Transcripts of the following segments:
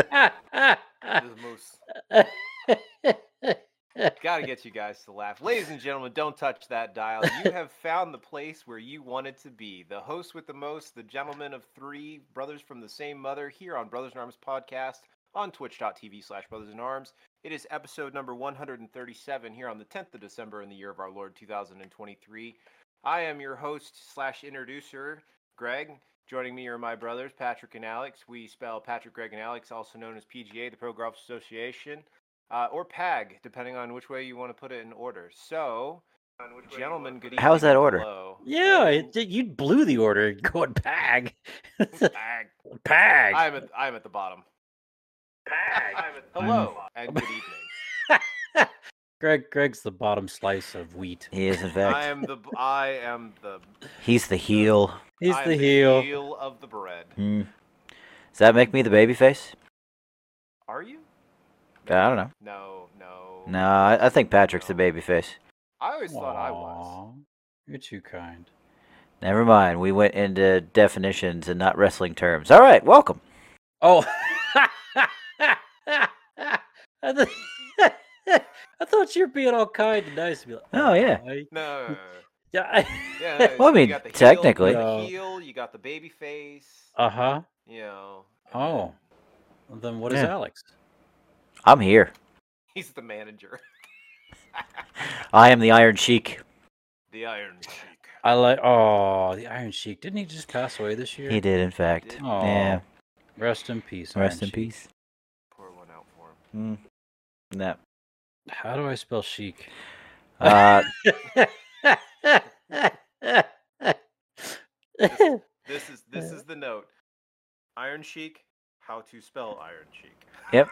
the moose. Gotta get you guys to laugh. Ladies and gentlemen, don't touch that dial. You have found the place where you wanted to be. The host with the most, the gentleman of three, brothers from the same mother, here on Brothers in Arms podcast on twitch.tv slash brothers in arms. It is episode number 137 here on the 10th of December in the year of our Lord 2023. I am your host slash introducer, Greg. Joining me are my brothers, Patrick and Alex. We spell Patrick, Greg, and Alex, also known as PGA, the Pro Golf Association, uh, or PAG, depending on which way you want to put it in order. So, gentlemen, good evening. How's that order? Hello. Yeah, it, it- you blew the order going pag. Pag. pag. I'm at, I'm at the bottom. Pag. I'm at, hello and good evening. Greg Greg's the bottom slice of wheat. He is, in I fact, am the I am the he's the heel. He's I am the heel. heel of the bread. Hmm. Does that make me the baby face? Are you? I don't know. No, no. No, I, I think Patrick's the baby face. I always thought I was. Aw, You're too kind. Never mind. We went into definitions and not wrestling terms. All right, welcome. Oh. I, th- I thought you were being all kind and nice. to be like, Oh, yeah. I- No. no, no, no. yeah. I- Yeah. no, Well, I you mean, got the heel, technically. you got the No. heel, you got the baby face. Uh huh. You know. and Oh. then Then what is Uh-huh. Yeah. Alex? I'm here. He's the manager. I am the Iron Sheik. The Iron Sheik. I like. Oh, the Iron Sheik. Didn't he just pass away this year? He did, in fact. Did- Oh, Yeah. Rest in peace. Rest Iron in Sheik. peace. Pour one out for him. Mm. No. How do I spell chic? Uh, This is this is the note. Iron Sheik. How to spell Iron Sheik? Yep.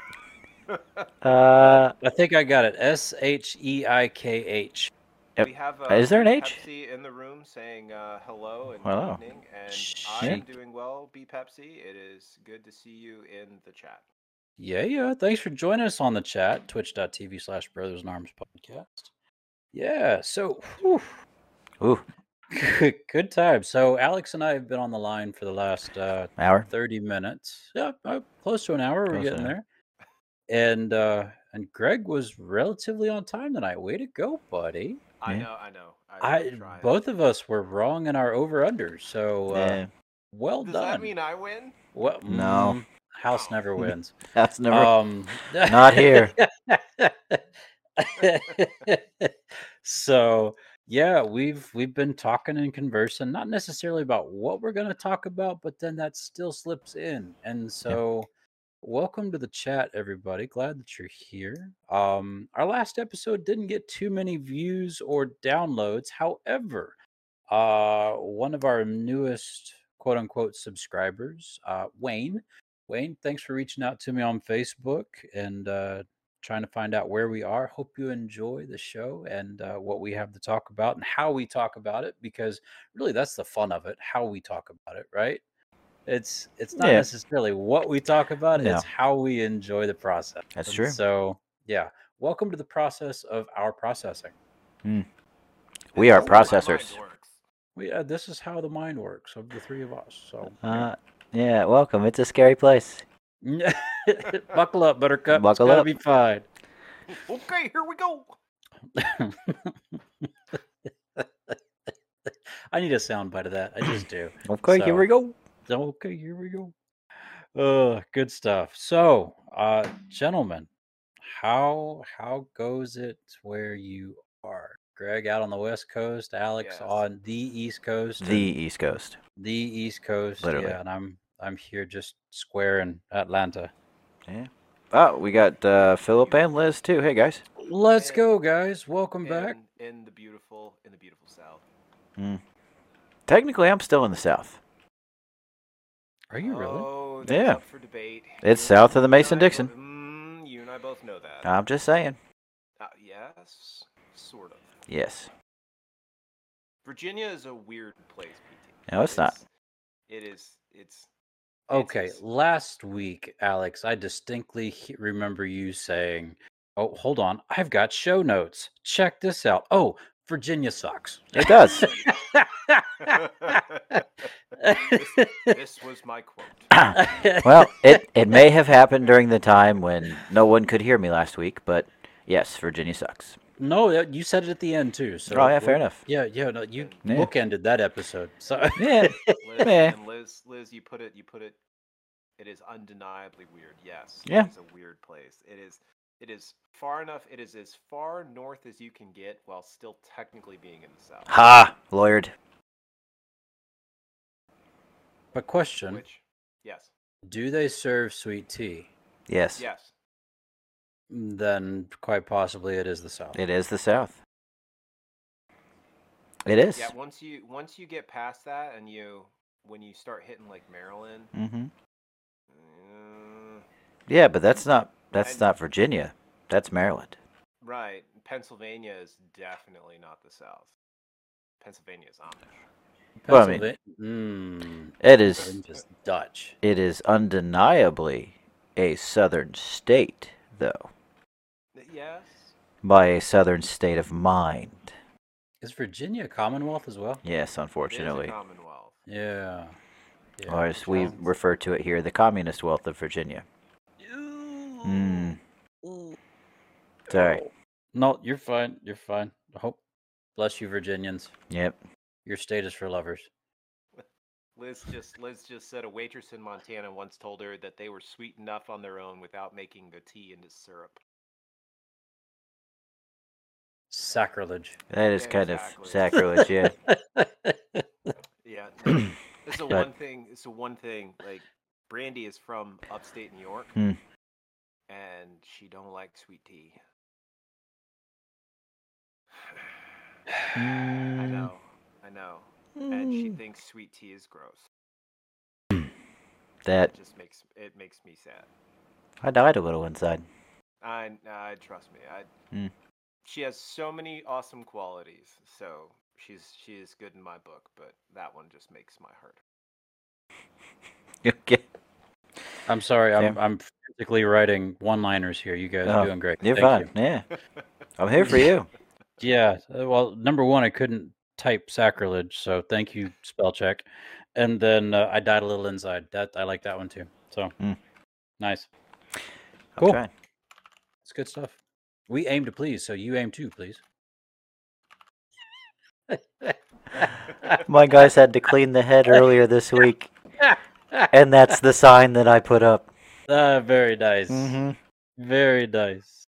uh, I think I got it. S H E I K H. Yep. We have. Uh, Is there an Big H? Pepsi in the room saying uh, hello and Hello. good evening, and I'm Shit. doing well. B Pepsi, it is good to see you in the chat. Yeah, yeah. Thanks for joining us on the chat, twitch.tv slash brothers in arms podcast. Yeah, so whew, ooh, good, good time. So Alex and I have been on the line for the last uh, hour. 30 minutes. Yeah, uh, close to an hour. We're Close to getting an there. And uh, and Greg was relatively on time tonight. Way to go, buddy. I Yeah. know, I know. I I'm trying. both of us were wrong in our over unders. So uh, Yeah. well Does done. that mean I win? Well, No. mm, House never wins. That's never. um, not here. so yeah, we've we've been talking and conversing, not necessarily about what we're going to talk about, but then that still slips in. And so, welcome to the chat, everybody. Glad that you're here. Um, our last episode didn't get too many views or downloads. However, uh, one of our newest quote unquote subscribers, uh, Wayne. Wayne, thanks for reaching out to me on Facebook and uh, trying to find out where we are. Hope you enjoy the show and uh, what we have to talk about and how we talk about it, because really that's the fun of it, how we talk about it, right? It's it's not Yeah. necessarily what we talk about, No. it's how we enjoy the process. That's And true. So yeah. Welcome to the process of our processing. This We are is how Oh, my mind processors. works. We, uh, this is how the mind works of the three of us. So, Uh, yeah, welcome. It's a scary place. yeah. buckle up, Buttercup. Buckle it's gonna up. Be fine. Okay, here we go. I need a sound bite of that. I just do. Okay, here we go. Okay, here we go. Uh, good stuff. So, uh, gentlemen, how how goes it where you are? Greg out on the west coast, Alex Yes. on the east coast, The East Coast. the east coast. Literally. Yeah, and I'm I'm here just square in Atlanta. Oh, we got uh, Philip and Liz too. Hey guys. Let's Hey. go, guys. Welcome back. In, in the beautiful, in the beautiful South. Technically, I'm still in the South. Are you really? Oh, that's Yeah. up for debate. It's You south of the Ah. and I Mason-Dixon. bo- Mm, you and I both know that. I'm just saying. Uh, yes, sort of. Yes. Virginia is a weird place. PT. No, it's not. It is. It's. Okay, it's- last week, Alex, I distinctly he- remember you saying, "Oh, hold on, I've got show notes. Check this out. Oh, Virginia sucks." It does. This was my quote. well, it, it may have happened during the time when no one could hear me last week, but yes, Virginia sucks. no, that- you said it at the end too. So oh, yeah, fair we're- enough. Yeah, yeah, no, you Yeah. bookended that episode. So Yeah. Liz, Meh. and Liz, Liz, you put it, you put it. It is undeniably weird. Yes. Yeah. It's a weird place. It is. It is far enough. It is as far north as you can get while still technically being in the south. ha! Lawyered. but question: Which, yes, Do they serve sweet tea? Mm, Yes. yes. Then quite possibly it is the South. It is the South. It is. Yeah. Once you once you get past that and you when you start hitting like Maryland. hmm uh, Yeah, but that's not that's And- not Virginia. That's Maryland. Right. Pennsylvania is definitely not the South. Pennsylvania is Amish. Well, I mean- Pennsylvania. Mm, It is. Pennsylvania's Dutch. It is undeniably a Southern state, though, Yes. by a Southern state of mind. Is Virginia a Commonwealth as well? Yes, It is unfortunately, a Commonwealth. Yeah. yeah. or as we Sounds- refer to it here, the communist wealth of Virginia. Mm. Oh. Sorry. No, you're fine. You're fine. I hope. Bless you, Virginians. Yep. Your state is for lovers. Liz just Liz just said a waitress in Montana once told her that they were sweet enough on their own without making the tea into syrup. Sacrilege. That is kind Exactly. of sacrilege. Yeah. Yeah. no, It's the Right. one thing it's the one thing like Brandy is from upstate New York Hmm. and she don't like sweet tea. I Mm. know. I know. And she thinks sweet tea is gross. That It just makes it makes me sad. I died a little inside. I, I trust me. I. Mm. She has so many awesome qualities. So she's she is good in my book, but that one just makes my heart. okay. I'm sorry. I'm I'm physically writing one-liners here. You guys are Oh, doing great. You're Thank you. fine. Yeah. I'm here for you. Yeah. uh, Well, number one, I couldn't type sacrilege, so thank you, spell check. And then uh, I died a little inside. That I like that one too. So Mm. nice. I'm Cool. trying. It's good stuff. We aim to please, so you aim too, please. My guys had to clean the head earlier this week, and that's the sign that I put up. Ah, very nice. hmm Very nice.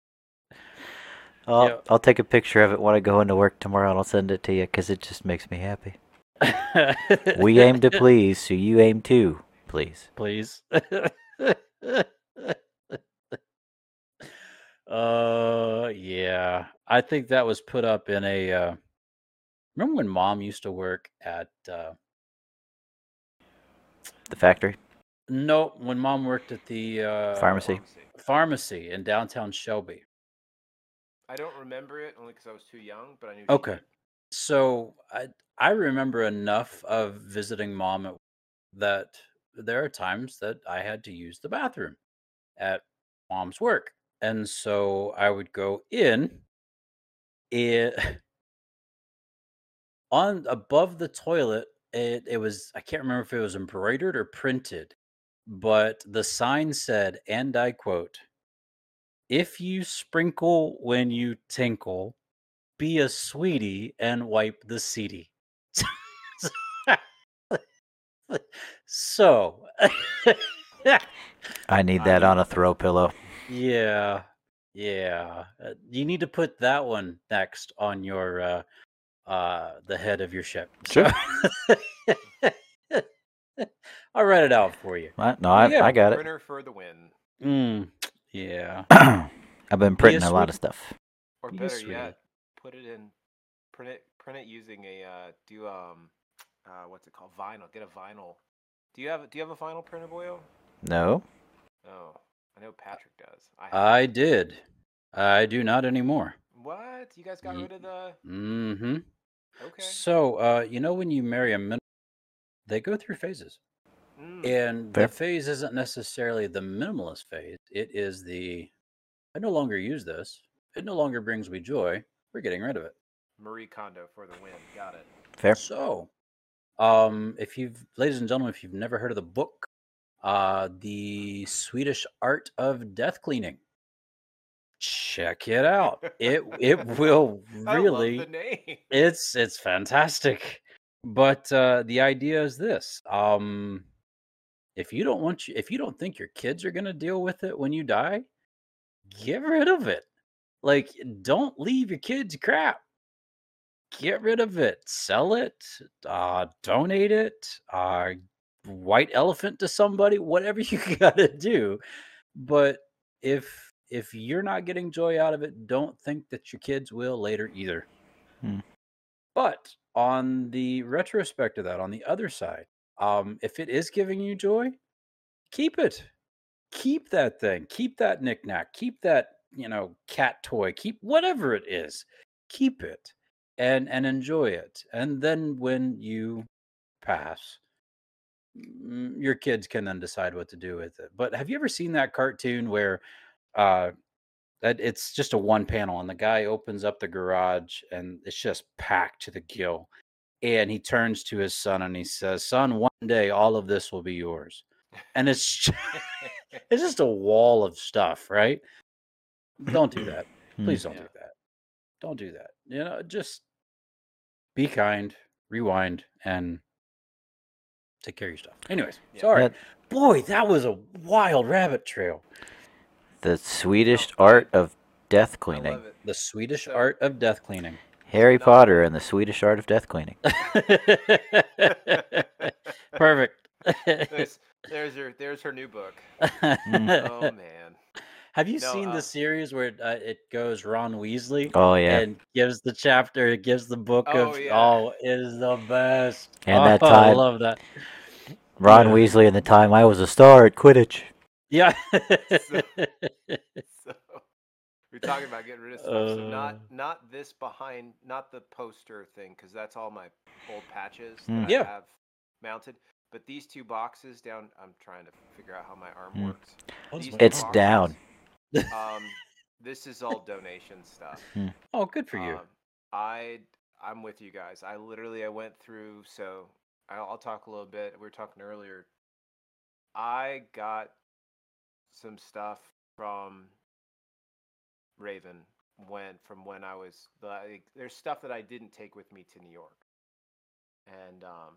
I'll, Yeah. I'll take a picture of it when I go into work tomorrow, and I'll send it to you because it just makes me happy. We aim to please, so you aim too, please. please. uh yeah. I think that was put up in a uh remember when mom used to work at uh The factory. no, when mom worked at the uh Pharmacy. pharmacy in downtown Shelby. I don't remember it only because I was too young, but I knew. she Okay. did. So I I remember enough of visiting mom at, that there are times that I had to use the bathroom at mom's work, and so I would go in it on above the toilet. It it was I can't remember if it was embroidered or printed, but the sign said, and I quote, "If you sprinkle when you tinkle." be a sweetie and wipe the seedy. so, I need that on a throw pillow. yeah, yeah, uh, you need to put that one next on your uh, uh, the head of your ship. Sure. So- I'll write it out for you. What? No, I, Yeah, I got it. Printer for the win, Mm, yeah, I've been printing a lot of stuff. or You better sweetie. yet, put it in, print it, print it using a uh, do um, uh, what's it called? Vinyl. Get a vinyl. Do you have do you have a vinyl printer, Boyle? No. Oh, I know Patrick does. I have. I did. I do not anymore. what? You guys got Ye- rid of the? Mm-hmm. Okay. So, uh, you know, when you marry a minimal, they go through phases. Mm. And Fair. the phase isn't necessarily the minimalist phase. It is the I no longer use this. It no longer brings me joy. We're getting rid of it. Marie Kondo for the win. Got it. Fair. So Um, if you've, ladies and gentlemen, if you've never heard of the book, uh, The Swedish Art of Death Cleaning, check it out. It it will I love really the name. it's it's fantastic. But uh, the idea is this: um, if you don't want you, if you don't think your kids are gonna deal with it when you die, get rid of it. Like, don't leave your kids crap. Get rid of it. Sell it. Uh, donate it. Uh, white elephant to somebody. Whatever you gotta do. But if if you're not getting joy out of it, don't think that your kids will later either. But on the retrospect of that, on the other side, um, if it is giving you joy, keep it. Keep that thing. Keep that knickknack. Keep that you know cat toy. Keep whatever it is. Keep it and and enjoy it. And then when you pass, mm, your kids can then decide what to do with it. But have you ever seen that cartoon where uh, that it's just a one panel and the guy opens up the garage and it's just packed to the gill and he turns to his son and he says son one day all of this will be yours and it's ju- it's just a wall of stuff right don't do that Hmm. please don't Yeah. do that don't do that you know just be kind rewind and take care of your stuff anyways Yeah. sorry That- boy that was a wild rabbit trail The Swedish I- art of death I cleaning. love it. the swedish So- art of death cleaning Harry Nothing. Potter and the Swedish art of death cleaning. Perfect. There's, there's her. There's her new book. Oh Mm. Have man. you No, seen uh, the series where it, uh, it goes Ron Weasley Oh yeah, and, and gives the chapter, it gives the book Oh, of yeah. oh, it is the best. And that Oh, I time- love that. Ron yeah. Weasley in the time I was a star at Quidditch. Yeah. So we're talking about getting rid of stuff. so not Uh. not this behind, not the poster thing, because that's all my old patches Hmm. that Yeah. I have mounted. But these two boxes down. I'm trying to figure out how my arm Hmm. works. What is These my two It's boxes, down. Um, this is all donation stuff. oh, good for you. Um, I I'm with you guys. I literally I went through. So I'll, I'll talk a little bit. We were talking earlier. I got some stuff from Raven when from when I was like there's stuff that I didn't take with me to New York, and um,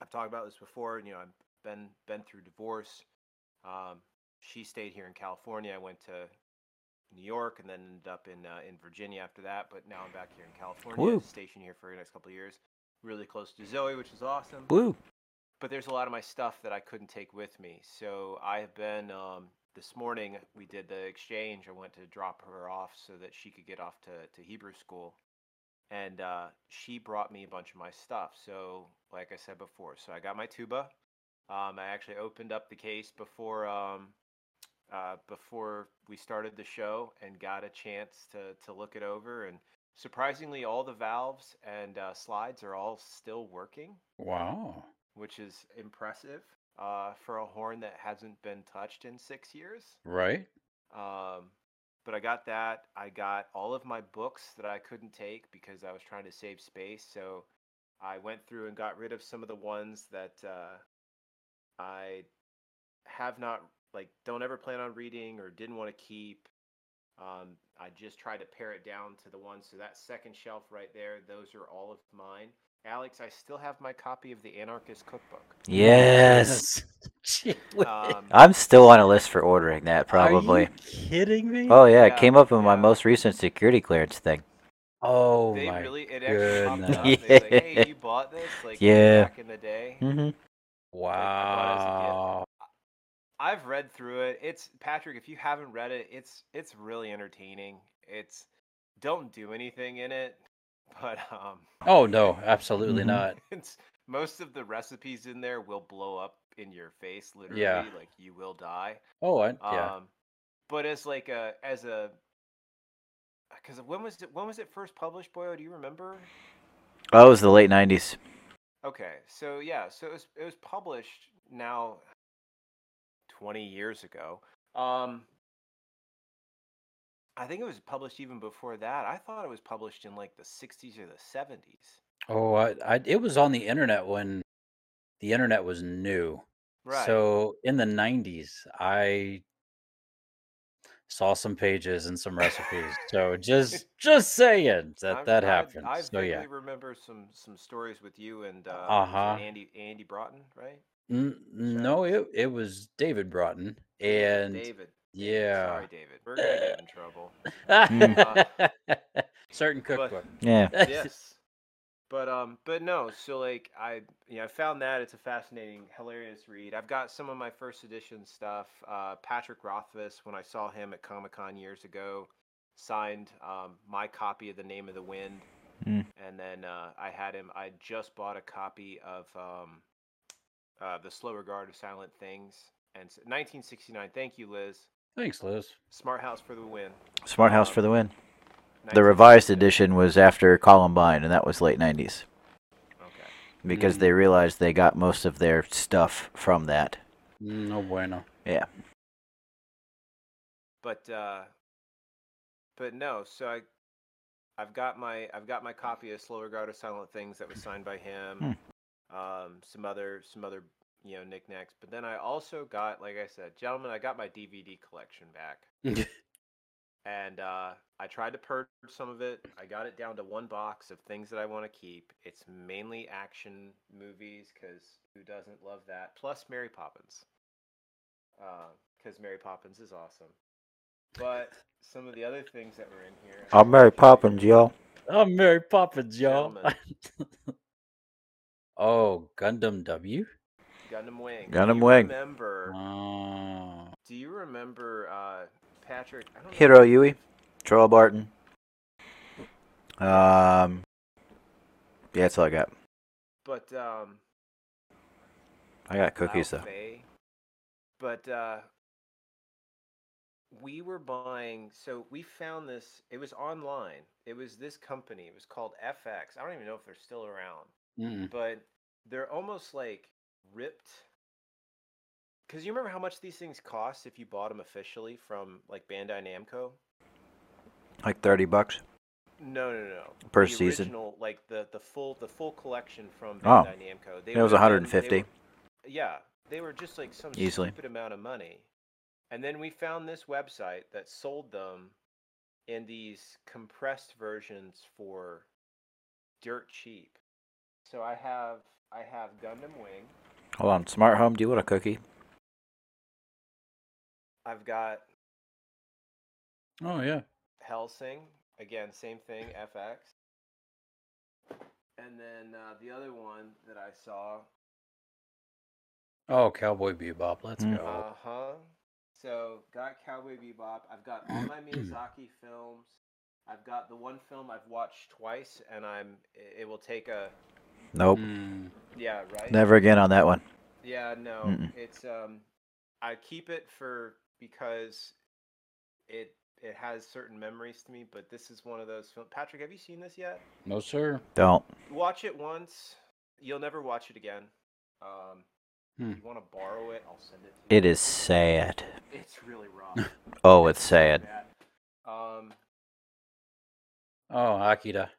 I've talked about this before. You know, I've been been through divorce. Um, she stayed here in California. I went to New York and then ended up in uh, in Virginia after that. But now I'm back here in California, Woo. stationed here for the next couple of years. Really close to Zoe, which is awesome Woo. but there's a lot of my stuff that I couldn't take with me. So I have been um, this morning. We did the exchange. I went to drop her off so that she could get off to to Hebrew school, and uh, she brought me a bunch of my stuff. So like I said before, so I got my tuba. Um, I actually opened up the case before um, uh, before we started the show and got a chance to to look it over and. Surprisingly, all the valves and uh, slides are all still working Wow. which is impressive uh, for a horn that hasn't been touched in six years. Right? Um, but I got that. I got all of my books that I couldn't take because I was trying to save space. So I went through and got rid of some of the ones that uh, I have not, like, don't ever plan on reading or didn't want to keep. Um, I just tried to pare it down to the ones. So that second shelf right there, those are all of mine. Alex, I still have my copy of the Anarchist Cookbook. Yes. Gee whiz. Um, I'm still on a list for ordering that Are probably. you kidding me? Oh yeah, Yeah, it came up in my yeah. most recent security clearance thing. oh they my really, it actually popped goodness. up. They like, hey, Yeah. you bought this? Like, Yeah. back in the day? hmm thought wow. I've read through it. It's, Patrick, if you haven't read it, it's, it's really entertaining. It's, don't do anything in it, but, um, Oh no, absolutely Mhm. not. it's, most of the recipes in there will blow up in your face, literally. Yeah. Like, you will die. Oh, I, Um, yeah. but as like a, as a, because when was it? When was it first published, Boyo? Do you remember? Oh, it was the late '90s. Okay, so yeah, so it was it was published now twenty years ago. Um I think it was published even before that. I thought it was published in like the sixties or the seventies. Oh, I, I it was on the internet when the internet was new. Right. So in the 90s, I saw some pages and some recipes. so just just saying that I'm- that I- happened. I so yeah. vaguely remember some some stories with you and uh, was it Uh-huh. Andy Andy Broughton, right? N- no, it it was David Broughton and David. yeah. Sorry, David. We're gonna get in trouble. Uh, Certain cookbook. Yeah. yes. But um, but no. So like I, you know, I found that it's a fascinating, hilarious read. I've got some of my first edition stuff. Uh, Patrick Rothfuss, when I saw him at Comic Con years ago, signed um, my copy of The Name of the Wind, Mm. and then uh, I had him. I just bought a copy of um, uh, The Slow Regard of Silent Things, and s- 1969. Thank you, Liz. Thanks, Liz. Smart House for the win. Smart House for the win. The 1969. revised edition was after Columbine, and that was late 90s Okay. because they realized they got most of their stuff from that. No bueno. Yeah. but uh but no so i i've got my i've got my copy of slow regard of silent things that was signed by him um some other some other you know knickknacks but then i also got like i said gentlemen i got my dvd collection back and uh i tried to purge some of it i got it down to one box of things that i want to keep it's mainly action movies because who doesn't love that plus mary poppins because mary poppins is awesome but some of the other things that were in here. I'm Mary Poppins, y'all. I'm Mary Poppins, y'all. Gentlemen. oh, Gundam W? Gundam Wing. Gundam do you Wing. Remember? Oh. Do you remember uh, Patrick? I don't know Hiro if- Yui, Troll Barton. Um, yeah, that's all I got. But um, I got cookies Lao though. Fei. But uh, we were buying. So we found this. It was online. It was this company. It was called FX. I don't even know if they're still around. Mm. but they're almost like ripped because you remember how much these things cost if you bought them officially from like bandai namco Like thirty bucks. no no no Per the season? original, like the the full the full collection from Oh. bandai namco they It was would've been- they 150. were- yeah they were just like some Easily. stupid amount of money and then we found this website that sold them in these compressed versions for dirt cheap so i have i have gundam wing Hold on, smart home. Do you want a cookie? I've got Oh, yeah. Helsing. Again, same thing, FX. And then uh, the other one that I saw. Oh, Cowboy Bebop. Let's Mm. go. Uh huh. So, got Cowboy Bebop. I've got all my Miyazaki films. I've got the one film I've watched twice, and I'm. i- It will take a. Nope. Mm. Yeah, right? Never again on that one. Yeah, no. Mm-mm. It's. um, I keep it for. Because it it has certain memories to me, but this is one of those films. Patrick, have you seen this yet? No, sir. Don't. watch it once. You'll never watch it again. Um, Hmm. If you want to borrow it, I'll send it to you. It is sad. It's really rough. Oh, it's sad. Bad. Um, Oh, Akira.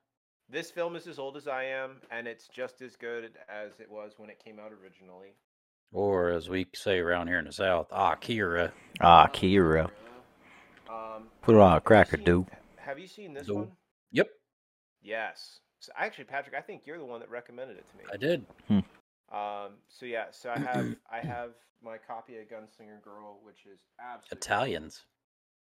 this film is as old as I am, and it's just as good as it was when it came out originally. Or as we say around here in the South, Akira. Ah, Kiro. Um, Put it on a have cracker, you seen- dude. Have you seen this Do. one? Yep, Yes. So actually, Patrick, I think you're the one that recommended it to me. I did. Um, so yeah, so I have I have my copy of Gunslinger Girl, which is absolutely Italians.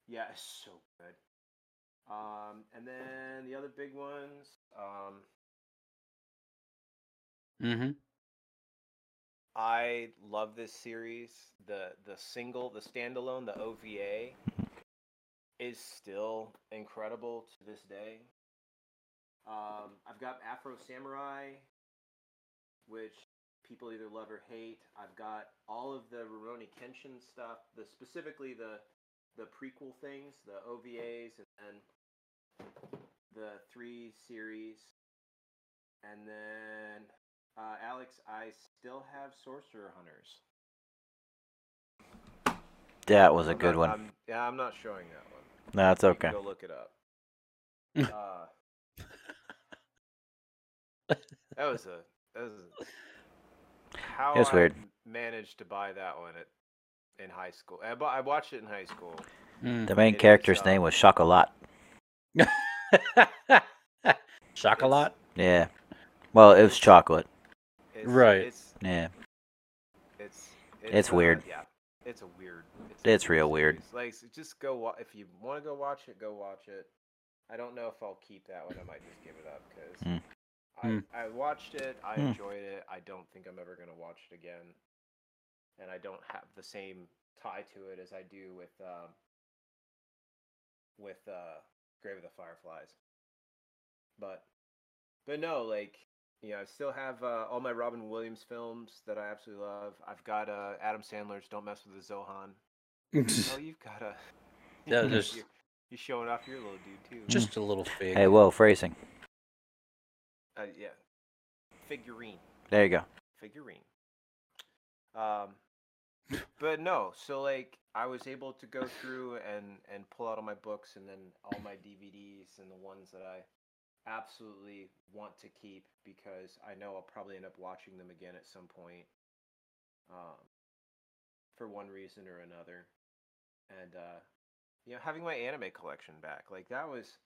Yeah, it's so good. Um, and then the other big ones, um, Mm-hmm. I love this series. The the single, the standalone, the OVA is still incredible to this day. Um, I've got Afro Samurai, which people either love or hate. I've got all of the Rurouni Kenshin stuff, the specifically the the prequel things, the OVAs, and then the three series, and then uh, Alex, I still have Sorcerer Hunters. That was a I'm good not- one. I'm, yeah, I'm not showing that one. That's You can okay. Go look it up. uh, That was a that was a- how was I weird. m- managed to buy that one at in high school. I, bu- I watched it in high school. Mm. The main It is, character's uh, name was Chocolat. Chocolat. Yeah. Well, it was chocolate. It's, Right. It's Yeah. it's It's uh, weird. yeah. It's a weird. a It's real weird. series. Like s- just go wa- if you want to go watch it, go watch it. I don't know if I'll keep that one. I might just give it up because Hmm. I, Hmm. I watched it. I Hmm. enjoyed it. I don't think I'm ever gonna watch it again, and I don't have the same tie to it as I do with um, with uh, Grave of the Fireflies. But but no, like you know, I still have uh, all my Robin Williams films that I absolutely love. I've got uh, Adam Sandler's "Don't Mess with the Zohan." Oh, Mm. you've got a. Yeah, you're- just- you're, you're showing off your little dude too. Just a little fig. Hey, whoa, phrasing. uh, yeah, figurine, There you go. figurine. Um, but no, so like I was able to go through and and pull out all my books and then all my DVDs and the ones that I absolutely want to keep because I know I'll probably end up watching them again at some point. um, for one reason or another. And uh, you know, having my anime collection back, like that was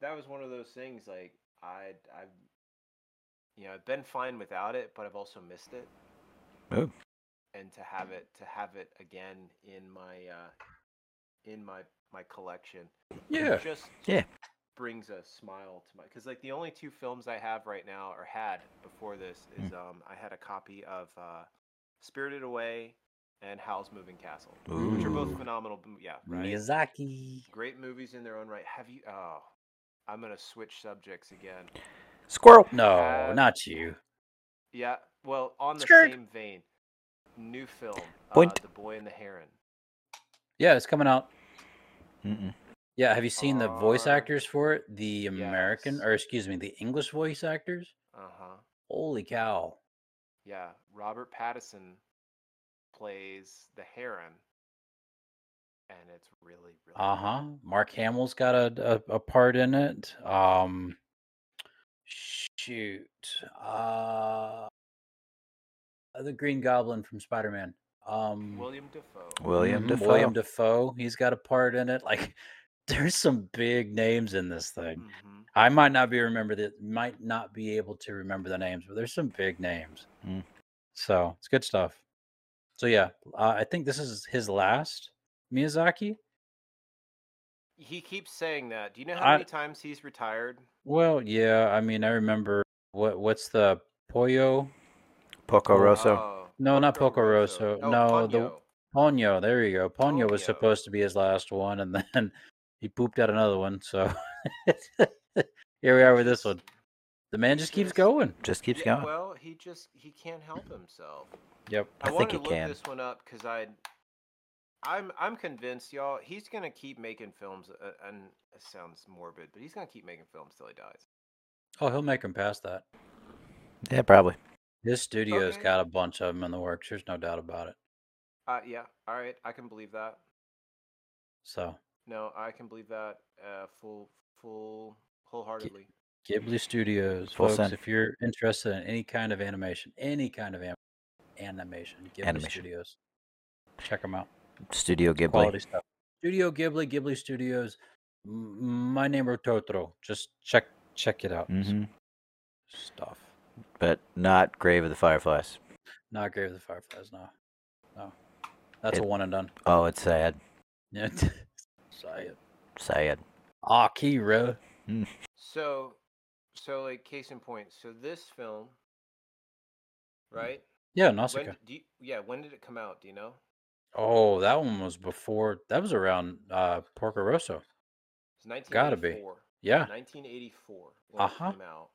that was one of those things. Like I, I, you know, I've been fine without it, but I've also missed it. Oh. And to have it, to have it again in my uh, in my my collection, yeah. just Yeah. brings a smile to my because like the only two films I have right now or had before this Hmm. is um I had a copy of uh, Spirited Away and Howl's Moving Castle, which are both Ooh. phenomenal. m- Yeah, right. Miyazaki. Great movies in their own right. Have you? Oh, I'm gonna switch subjects again. Squirrel. No, Uh, not you. Yeah. Well, on the Skirt. same vein, new film, uh, Point. The Boy and the Heron. Yeah, it's coming out. Mm-mm. Yeah, have you seen the Uh, voice Are- actors for it? The American, Yes. or excuse me, the English voice actors? Uh huh. Holy cow. Yeah, Robert Pattinson plays the heron, and it's really, really. good. Uh huh. Mark Hamill's got a, a, a part in it. Um, shoot. Uh, the Green Goblin from Spider Man. Um, William Defoe. William mhm, Defoe. William Defoe. He's got a part in it. Like, there's some big names in this thing. hmm I might not be remember that might not be able to remember the names, but there's some big names. Mm. So it's good stuff. So yeah, uh, I think this is his last Miyazaki. He keeps saying that. Do you know how I- many times he's retired? Well, yeah, I mean, I remember what what's the Pollo Poco Oh, Rosso. Oh, No, not Porco Porco Rosso. Oh, No, the- Ponyo. Ponyo? There you go. Ponyo was Ponyo. supposed to be his last one, and then he pooped out another one. So here we are with this one. The man just keeps Just- going. Just keeps Yeah, going. Well, he just he can't help himself. Yep. I think wanted he to look can. this one up because I, I'm I'm convinced, y'all. He's gonna keep making films, uh, and it sounds morbid, but he's gonna keep making films till he dies. Oh, he'll make him past that. Yeah, probably. This studio's Okay. got a bunch of them in the works. There's no doubt about it. Uh, yeah. All right, I can believe that. So No, I can believe that. Uh, full, full, wholeheartedly. Ghibli Studios, Full folks, send. if you're interested in any kind of animation, any kind of am- animation, Ghibli Animation. Studios, check them out. Studio Ghibli. Quality stuff. Studio Ghibli, Ghibli Studios, M- My Neighbor Totoro. Just check check it out. It's hmm Stuff. But not Grave of the Fireflies. Not Grave of the Fireflies. No, no. That's a It- Mm-hmm. one and done. Oh, it's sad. Yeah. Say it. Ah, Sad. Akira. So, so like case in point. So this film, Mm. right? Yeah, When, Nausicaa. d- do you, yeah, when did it come out? Do you know? Oh, that one was before. That was around uh Porco Rosso. It's 1984. Gotta be. Yeah. 1984 when it Uh-huh. came out.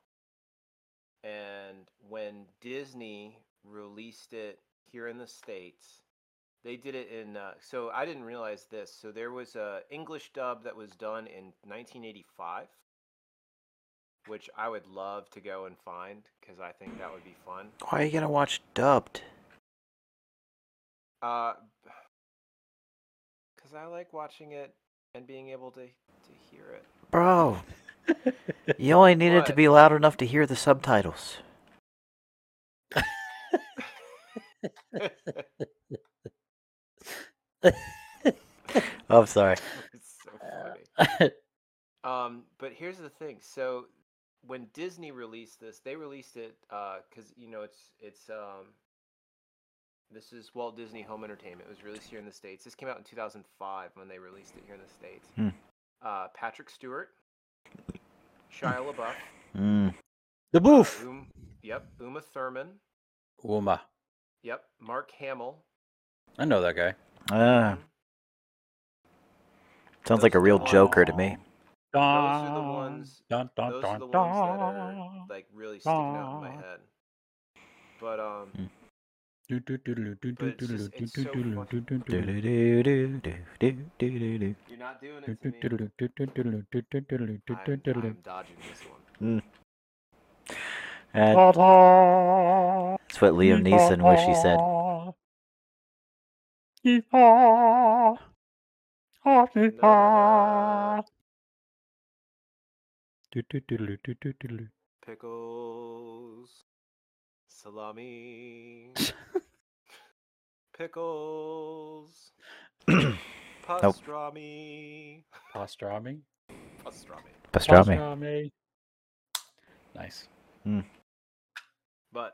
And when Disney released it here in the states, they did it in uh, so I didn't realize this. So there was a English dub that was done in 1985 which I would love to go and find cuz I think that would be fun. Why are you gonna watch dubbed? Uh, cuz I like watching it and being able to to hear it. Bro. You only need it to What? be loud enough to hear the subtitles. I'm Oh, sorry. it's so funny. Um, but here's the thing. So when Disney released this, they released it because you know it's it's um, this is Walt Disney Home Entertainment. It was released here in the states. This came out in 2005 when they released it here in the states. Hmm. Uh, Patrick Stewart, Shia LaBeouf, Mm. the boof. Um, yep, Uma Thurman, Uma. yep, Mark Hamill. I know that guy. Uh. Ah, mhm. sounds like a real joker to me. Those are the ones- Dun, dun, Those dun, are the ones that are dun. like really sticking out in my head. But um, Hmm. Do, do, do, do, do, do, But it's do, just- do, it's do, so do, fucking- do, do, do, do. Do-do-do-do-do-do-do-do-do. you're not doing Do, it to do, me. do, do, do, do, do, do, do, do, do, do, I'm, do, do, do. I'm dodging this one. Uh, Ta-ta. That's what Liam Neeson wish he said. Yee-haw. Ah, no, yee-haw. Do, do, do, do, do, do, do, do. Pickles, salami, pickles, pastrami, Pastrami. pastrami. Pastrami. Pastrami. Nice. But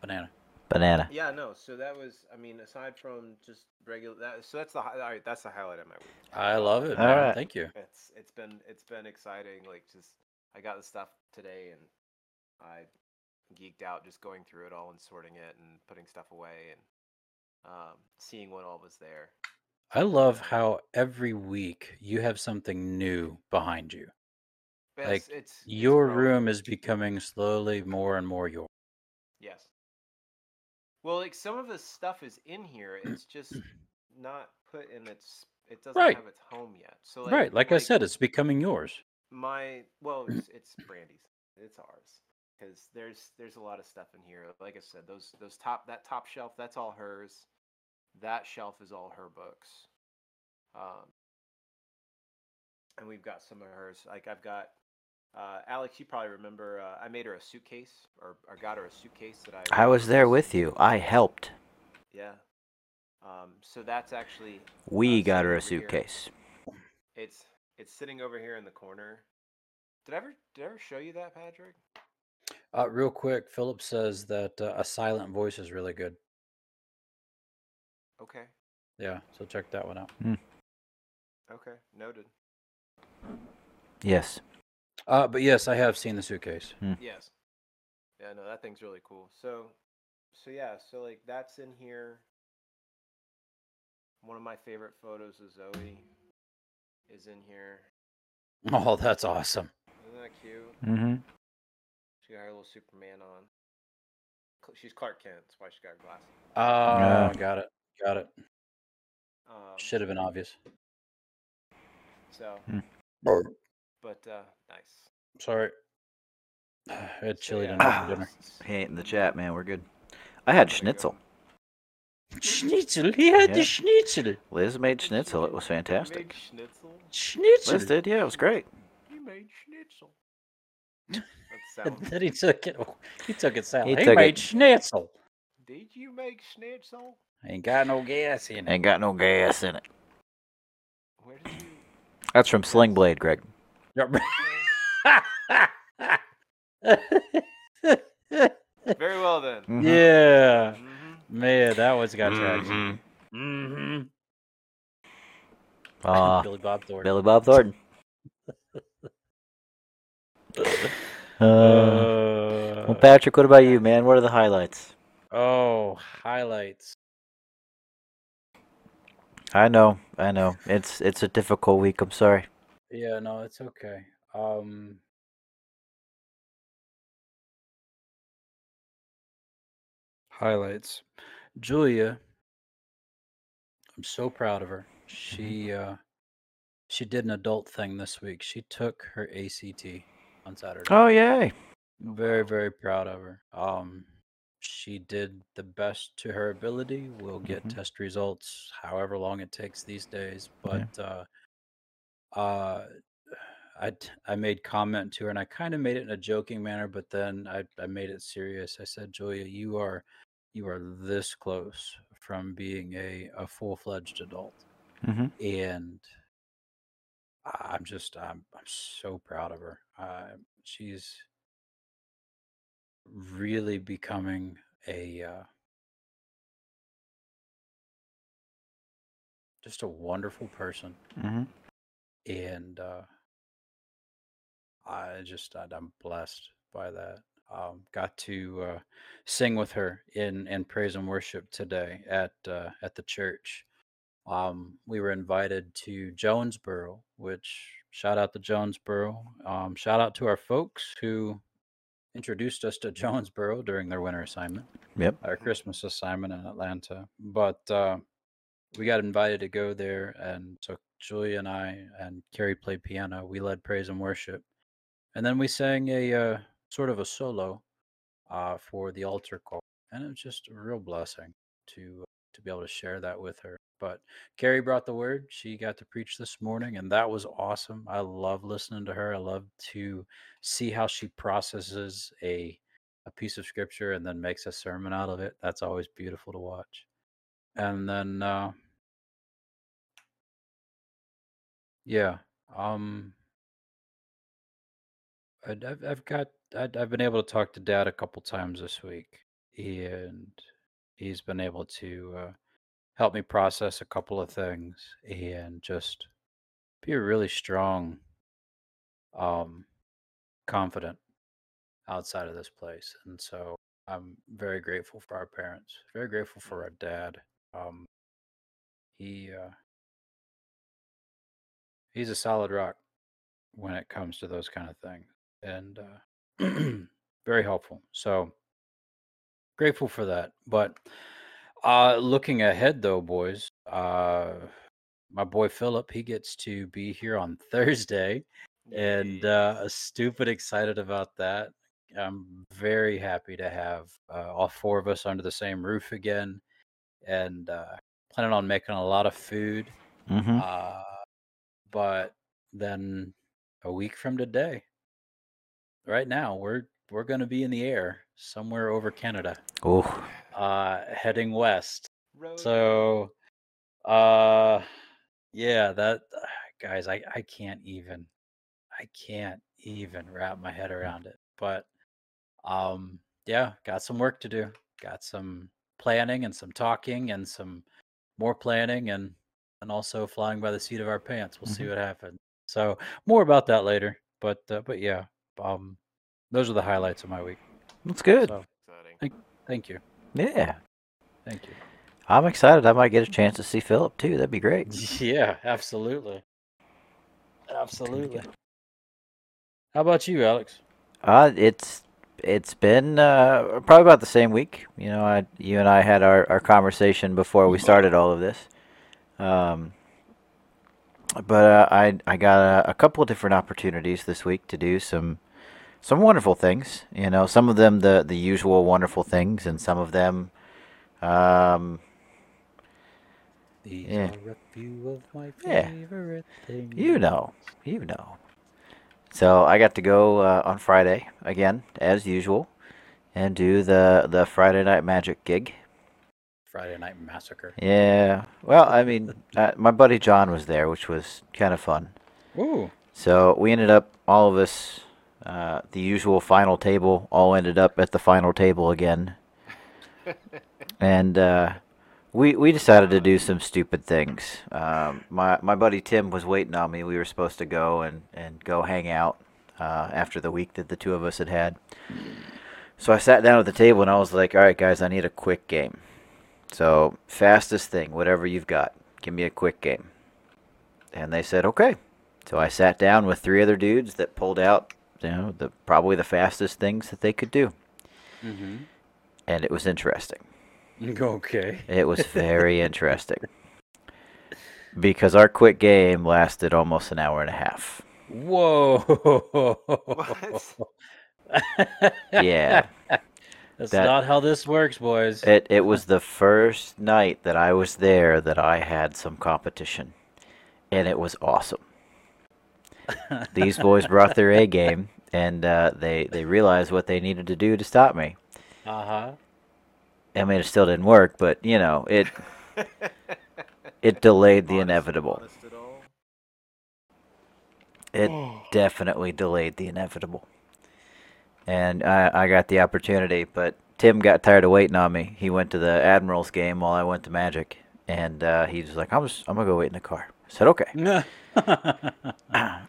Banana. Banana. yeah, no. So that was, I mean, aside from just regular, that, so that's the hi- all right. That's the highlight of my week. I love it. All Man. right. Thank you. It's it's been it's been exciting. Like just, I got the stuff today and I geeked out just going through it all and sorting it and putting stuff away and um, seeing what all was there. I love how every week you have something new behind you. But Like, it's, it's it's Your growing. room is becoming slowly more and more yours. Yes. Well, like some of the stuff is in here. It's just not put in its. It doesn't Right. have its home yet. So like, right. Like I said, it's becoming yours. my well, it's, it's Brandy's. It's ours because there's there's a lot of stuff in here. Like I said, those those top that top shelf that's all hers. That shelf is all her books. Um, and we've got some of hers. Like I've got. Uh, Alex, you probably remember uh, I made her a suitcase, or, or got her a suitcase that I. I was there repurposed. with you. I helped. Yeah. Um, so that's actually We Uh, got sitting over her a here. suitcase. it's it's sitting over here in the corner. Did I ever did I ever show you that, Patrick? Uh, real quick, Philip says that uh, a silent voice is really good. Okay. Yeah, so check that one out. Okay. Noted. Yes. Uh, but yes, I have seen the suitcase. Yes. Yeah, no, that thing's really cool. So so yeah, so like that's in here. One of my favorite photos of Zoe is in here. Oh, that's awesome. Isn't that cute? Mm-hmm. She got her little Superman on. Cl- She's Clark Kent. That's why she got her glasses. Oh, Yeah. got it. Got it. Um, Should have been obvious. So, but uh, nice. Sorry. I had So, chili yeah, tonight for dinner. it's- He ain't in the chat, man. We're good. I had There we go. schnitzel. Schnitzel. He had Yeah. the schnitzel. Liz made You schnitzel. It did- was You fantastic. made schnitzel. Schnitzel. Liz did. Yeah, it was great. You made schnitzel. That And sounds. then he took it. He took it south. He He, took it- made schnitzel. Did you make schnitzel? Ain't got no gas in it. Ain't got no gas in it. Where did you? That's from Sling Blade, Greg. Mm-hmm. Very well then. Mhm. yeah, hmm Mm-hmm. man, that one's got traction. Mhm. Mm-hmm. Ah, Billy Bob Thornton. Billy Bob Thornton. Uh, well, Uh, Patrick, what about you, man? What are the highlights? oh, highlights. I know, I know. It's it's a difficult week. I'm sorry. Yeah, no, it's okay. Um, highlights. Julia, I'm so proud of her. She uh, she did an adult thing this week. She took her ACT on Saturday. Oh yay! Very, very proud of her. Um, she did the best to her ability. We'll get Mhm. test results, however long it takes these days. Yeah. But uh, uh, I t- I made comment to her, and I kind of made it in a joking manner, but then I I made it serious. I said, Julia, you are you are this close from being a a full fledged adult, Mm-hmm. and I- I'm just I'm I'm so proud of her. Uh, she's really becoming a uh, just a wonderful person Mm-hmm. and uh, I just I, I'm blessed by that. Um, got to uh, sing with her in in praise and worship today at uh, at the church. Um, we were invited to Jonesboro, which shout out to Jonesboro. Um, shout out to our folks who introduced us to Jonesboro during their winter assignment, Yep. our Christmas assignment in Atlanta. But uh, we got invited to go there and so julia and i and carrie played piano we led praise and worship and then we sang a uh, sort of a solo uh, for the altar call and it was just a real blessing to to be able to share that with her but carrie brought the word she got to preach this morning and that was awesome i love listening to her i love to see how she processes a a piece of scripture and then makes a sermon out of it that's always beautiful to watch and then uh yeah um I, I've, I've got I, i've been able to talk to dad a couple times this week and he's been able to uh help me process a couple of things and just be a really strong um confident outside of this place and so i'm very grateful for our parents very grateful for our dad um he uh he's a solid rock when it comes to those kind of things and uh very helpful so grateful for that but uh looking ahead though boys uh my boy philip he gets to be here on thursday and uh stupid excited about that i'm very happy to have uh, all four of us under the same roof again and uh planning on making a lot of food Mm-hmm. uh, but then a week from today, right now, we're we're going to be in the air somewhere over Canada, Oh, uh, heading west. Road So, uh, yeah, that uh, guys, I I can't even, I can't even wrap my head around it. But um, yeah, got some work to do. Got some planning and some talking and some more planning and and also flying by the seat of our pants. We'll see Mhm. what happens. So more about that later. But uh, but yeah, um, those are the highlights of my week. that's good. So exciting. thank you, Yeah, thank you. I'm excited. I might get a chance to see Philip too. That'd be great. Yeah, absolutely, absolutely. How about you, Alex? Uh, it's it's been uh, probably about the same week. You know, I, you and I had our, our conversation before we started all of this. Um, but uh, I I got a, a couple of different opportunities this week to do some some wonderful things. You know, some of them the the usual wonderful things, and some of them, um, These Yeah. are a few of my Yeah. favorite things. you know, you know. So I got to go uh, on Friday again, as usual, and do the the Friday Night Magic gig. Friday Night Massacre. Yeah. Well, I mean, uh, my buddy John was there, which was kind of fun. Ooh, So we ended up all of us, uh, the usual final table, all ended up at the final table again, and uh, we we decided to do some stupid things. Um, my my buddy Tim was waiting on me. We were supposed to go and and go hang out uh, after the week that the two of us had had. So I sat down at the table and I was like, "All right, guys, I need a quick game." So fastest thing, whatever you've got, give me a quick game. And they said, okay. So I sat down with three other dudes that pulled out, you know, the probably the fastest things that they could do, mm-hmm. and it was interesting. okay. It was very interesting because our quick game lasted almost an hour and a half. Whoa. What? Yeah, That's That- not how this works, boys. it it was the first night that I was there that I had some competition, and it was awesome. These boys brought their A game, and uh, they they realized what they needed to do to stop me. Uh huh. I mean, it still didn't work, but you know, it it delayed the inevitable. Honest at all? It definitely delayed the inevitable. And I, I got the opportunity, but Tim got tired of waiting on me. He went to the Admirals game while I went to Magic, and uh, he was like, "I'm just, I'm gonna go wait in the car." I said, "Okay."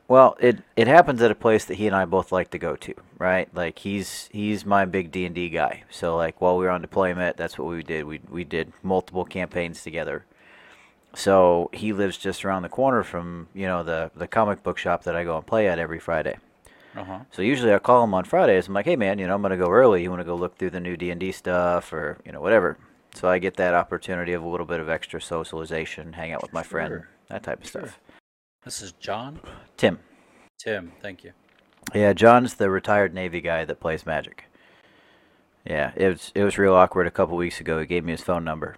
Well, it it happens at a place that he and I both like to go to, right? Like he's he's my big D and D guy. So like while we were on deployment, that's what we did. We we did multiple campaigns together. So he lives just around the corner from you know the the comic book shop that I go and play at every Friday. uh huh. So usually I call him on Fridays. I'm like, hey man, you know I'm gonna go early. You want to go look through the new D and D stuff or you know whatever. So I get that opportunity of a little bit of extra socialization, hang out with my friend, Sure. that type of stuff. This is John. Tim. Tim, thank you. Yeah, John's the retired Navy guy that plays Magic. Yeah, it was it was real awkward a couple weeks ago. He gave me his phone number.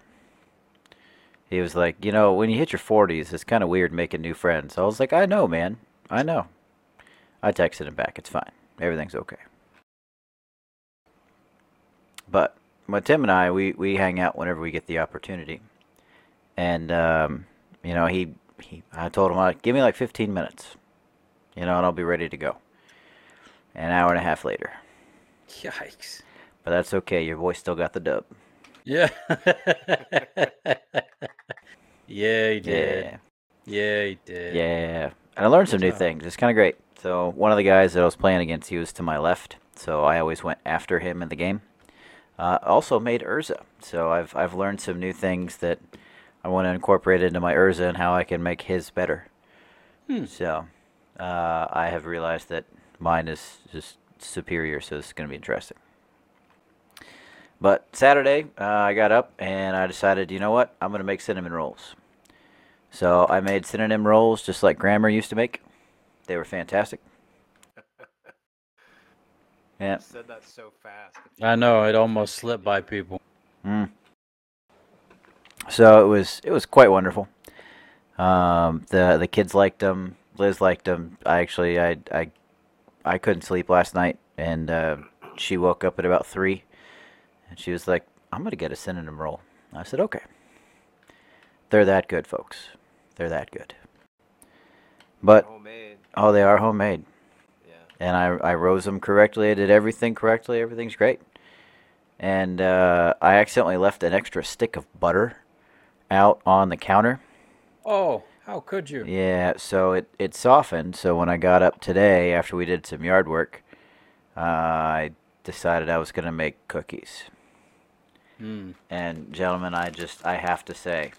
He was like, you know, when you hit your forties, it's kind of weird making new friends. I was like, I know, man, I know. I texted him back. It's fine. Everything's okay. But my Tim and I, we we hang out whenever we get the opportunity, and um, you know, he he, I told him, like, give me like fifteen minutes, you know, and I'll be ready to go an hour and a half later. Yikes. But that's okay. Your voice still got the dub. Yeah. yeah, he did. Yeah. Yeah, he Yeah. did. And I learned some new So- things. It's kind of great. So, one of the guys that I was playing against, he was to my left. So, I always went after him in the game. Uh, also made Urza. So, I've, I've learned some new things that I want to incorporate into my Urza and how I can make his better. Hmm. So, uh, I have realized that mine is just superior. So, this is going to be interesting. But Saturday, uh, I got up and I decided, you know what? I'm going to make cinnamon rolls. So I made synonym rolls just like Grammar used to make. They were fantastic. You Yeah. said that so fast. If you I know, it almost slipped by people. Mm. So it was it was quite wonderful. Um, the the kids liked them. Liz liked them. I actually I I I couldn't sleep last night, and uh, she woke up at about three, and she was like, "I'm gonna get a synonym roll." I said, "Okay." They're that good, folks. They're that good. But homemade. oh, they are homemade. Yeah. and I, I rose them correctly. I did everything correctly. Everything's great. And uh, I accidentally left an extra stick of butter out on the counter. Oh, how could you? Yeah, so it, it softened. So when I got up today, after we did some yard work, uh, I decided I was going to make cookies. Hmm. And gentlemen, I just I have to say,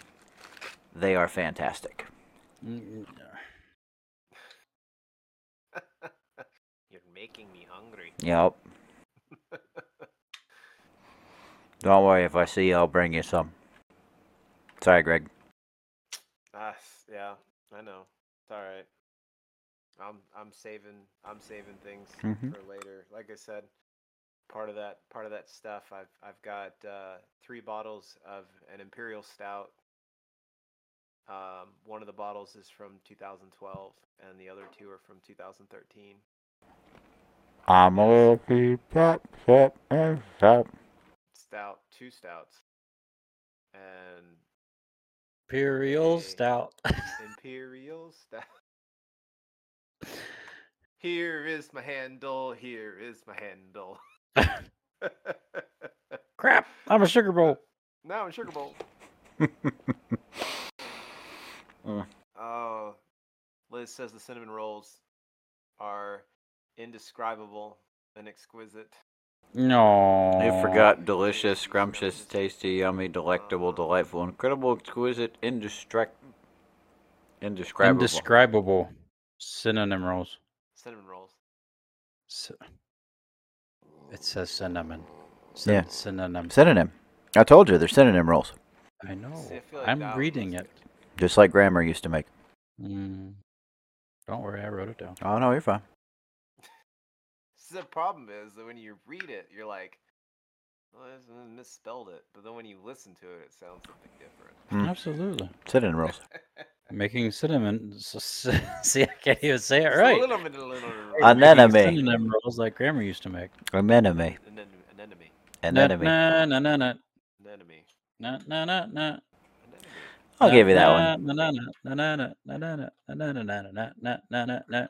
they are fantastic. Mm, mm, You're making me hungry. Yep. Don't worry, if I see you, I'll bring you some. Sorry, Greg. Ah, s- yeah, I know. It's all right. I'm I'm saving I'm saving things Mhm. for later. Like I said, part of that part of that stuff. I've I've got uh, three bottles of an imperial stout. Um, one of the bottles is from 2012, and the other two are from 2013. I'm a pop, pop, and pop. Stout, two stouts, and Imperial Hey. stout. Imperial style. Here is my handle. Here is my handle. Crap, I'm a sugar bowl. now in Sugar Bowl. Mm. Oh, Liz says the cinnamon rolls are indescribable and exquisite. No. I forgot delicious, scrumptious, tasty, yummy, delectable, delightful, incredible, exquisite, indestruct, indescribable. Indescribable synonym rolls. Cinnamon rolls. S- It says cinnamon. Syn- Yeah. Synonym. synonym. I told you they're synonym rolls, I know. See, I feel like that I'm one reading was it. good. just like grammar used to make. Mm. Don't worry, I wrote it down. Oh no, you're fine. See, The problem is that when you read it, you're like, well, this one Hmm. misspelled it. But then when you listen to it, it sounds something different. Mm. Absolutely. Synonym rolls. Making cinnamon. s- s- See, I can't even say it right. Anemone. Making Anemone. Cinnamon rolls like grandma used to make. An enemy. Anemone. An Na- enemy. Na na na na Anemone. na na na na. Anemone. I'll na- give you that one. na- na- na- na- na- na- na- na- na- na- na- na- na- na- na- na- na- na.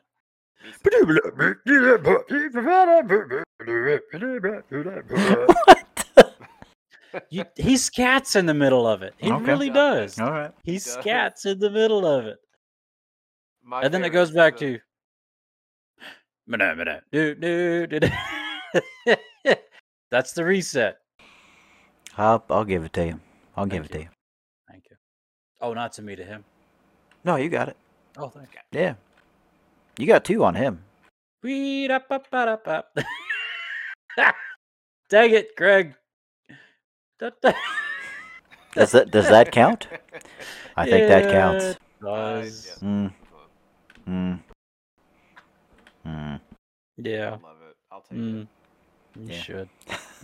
Meets- You, he scats in the middle of it. He Okay. really does. All right. He does. scats in the middle of it. my and then it favorite goes is back the- to "Mana, mana, do, do, do, do." that's the reset I'll, I'll give it to you. I'll give Thank it to you. thank you oh not to me to him No, you got it. oh thank you Yeah. You got two on him. Wee, da, ba, ba, da, ba. dang it greg Da, da. Does that does that count? I think that counts. It does. yeah. Mm, mm, mm. I yeah love it. I'll take it. Mm. you Yeah. should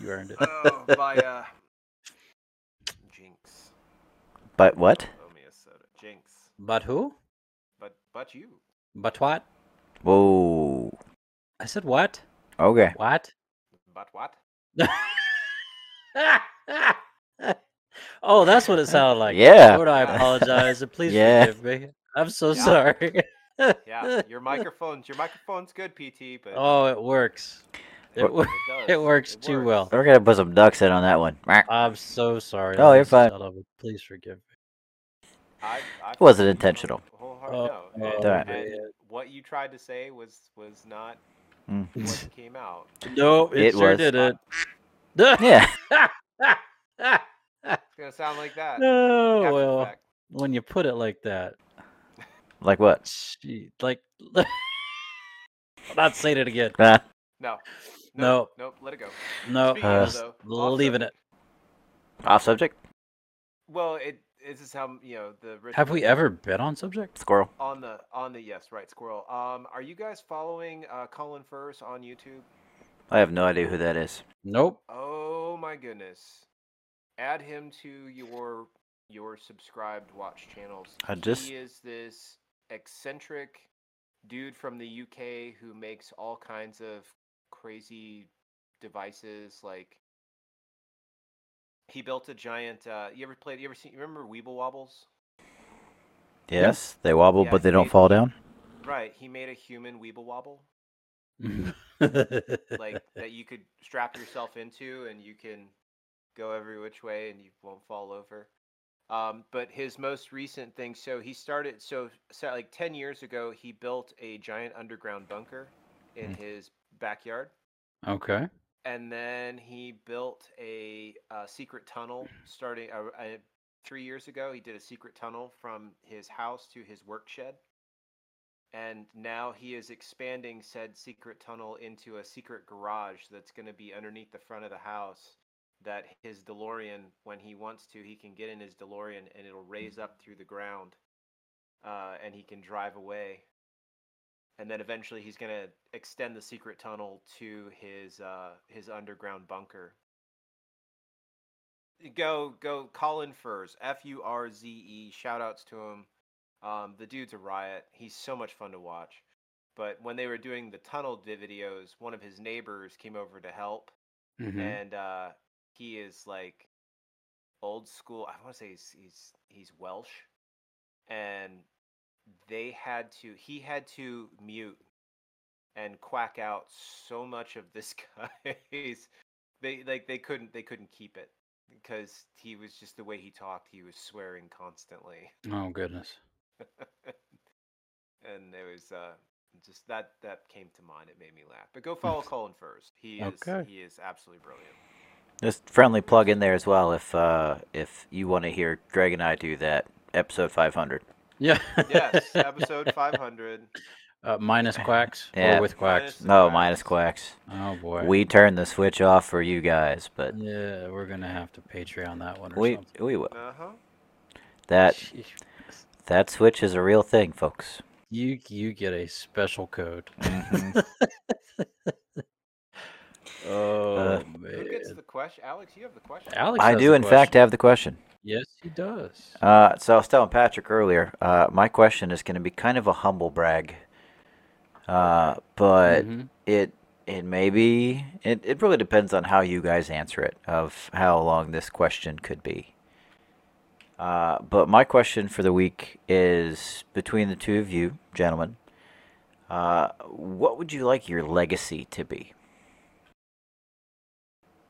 you earned it Oh, my uh, Jinx. But what? Oh, me a soda. Jinx. but who But but you. but what Whoa. i said what Okay. what But what? oh, that's what it sounded like. Yeah. Lord, I Yeah. apologize. and Please Yeah. forgive me. I'm so Yeah. sorry. Yeah, your microphone's your microphone's good, PT, but oh, it works. It, Wor- wor- does. it works too well. We're gonna put some ducks in on that one. It I'm so sorry. Oh, you're ladies and fine. gentlemen. Please forgive me. I, I wasn't intentional. Wholehearted, Oh, no. And, Alright. and what you tried to say was was not Mm. what came out. No, it, It sure was. did it. Yeah. It's gonna sound like that. no, after the well, fact. when you put it like that, Like what? gee, like, I'll not saying it again. Ah, No. No. Nope, let it go. No, Speaking of just though, off leaving it. subject. off subject. Well, it this is how you know the rich Have we ever been on subject? Squirrel. on the on the yes, right, squirrel. Um are you guys following uh Colin Furse on YouTube? I have no idea who that is. Nope. Oh my goodness. Add him to your your subscribed watch channels. I just- He is this eccentric dude from the UK who makes all kinds of crazy devices like he built a giant uh you ever played you ever seen you remember Weeble Wobbles? Yes, they wobble, Yeah, but they he don't made- fall down. Right, he made a human Weeble Wobble. like like that you could strap yourself into and you can go every which way and you won't fall over. Um, but his most recent thing, so he started, so, so like 10 years ago, he built a giant underground bunker in his backyard. okay And then he built a, uh secret tunnel starting uh, uh, three years ago. He did a secret tunnel from his house to his work shed. And now he is expanding said secret tunnel into a secret garage that's going to be underneath the front of the house. That his DeLorean, when he wants to, he can get in his DeLorean and it'll raise up through the ground uh, and he can drive away. And then eventually he's going to extend the secret tunnel to his uh, his underground bunker. Go go Colin Furs F U R Z E. Shout outs to him. Um, the dude's a riot. He's so much fun to watch. But when they were doing the tunnel di- videos, one of his neighbors came over to help, Mhm. and uh, he is like old school. I want to say he's he's he's Welsh, and they had to he had to mute and quack out so much of this guy's they like they couldn't they couldn't keep it because he was just the way he talked he was swearing constantly oh goodness and it was uh just that that came to mind it made me laugh but go follow colin first he is Okay. he is absolutely brilliant Just friendly plug in there as well if uh, if you want to hear Greg and I do that episode 500. yeah yes episode 500 uh, minus quacks Yeah. or with quacks No, minus quacks. oh boy We turn the switch off for you guys, but yeah we're gonna have to patreon that one or we something we will. uh-huh That Sheesh. that switch is a real thing, folks. you you get a special code oh who gets man Oh, the question alex you have the question Alex I has do a in fact question. have the question. Yes, he does. Uh, so I was telling Patrick earlier, uh, my question is going to be kind of a humble brag, uh, but Mhm. it it may be it, it really depends on how you guys answer it of how long this question could be. Uh, but my question for the week is between the two of you, gentlemen, uh, what would you like your legacy to be?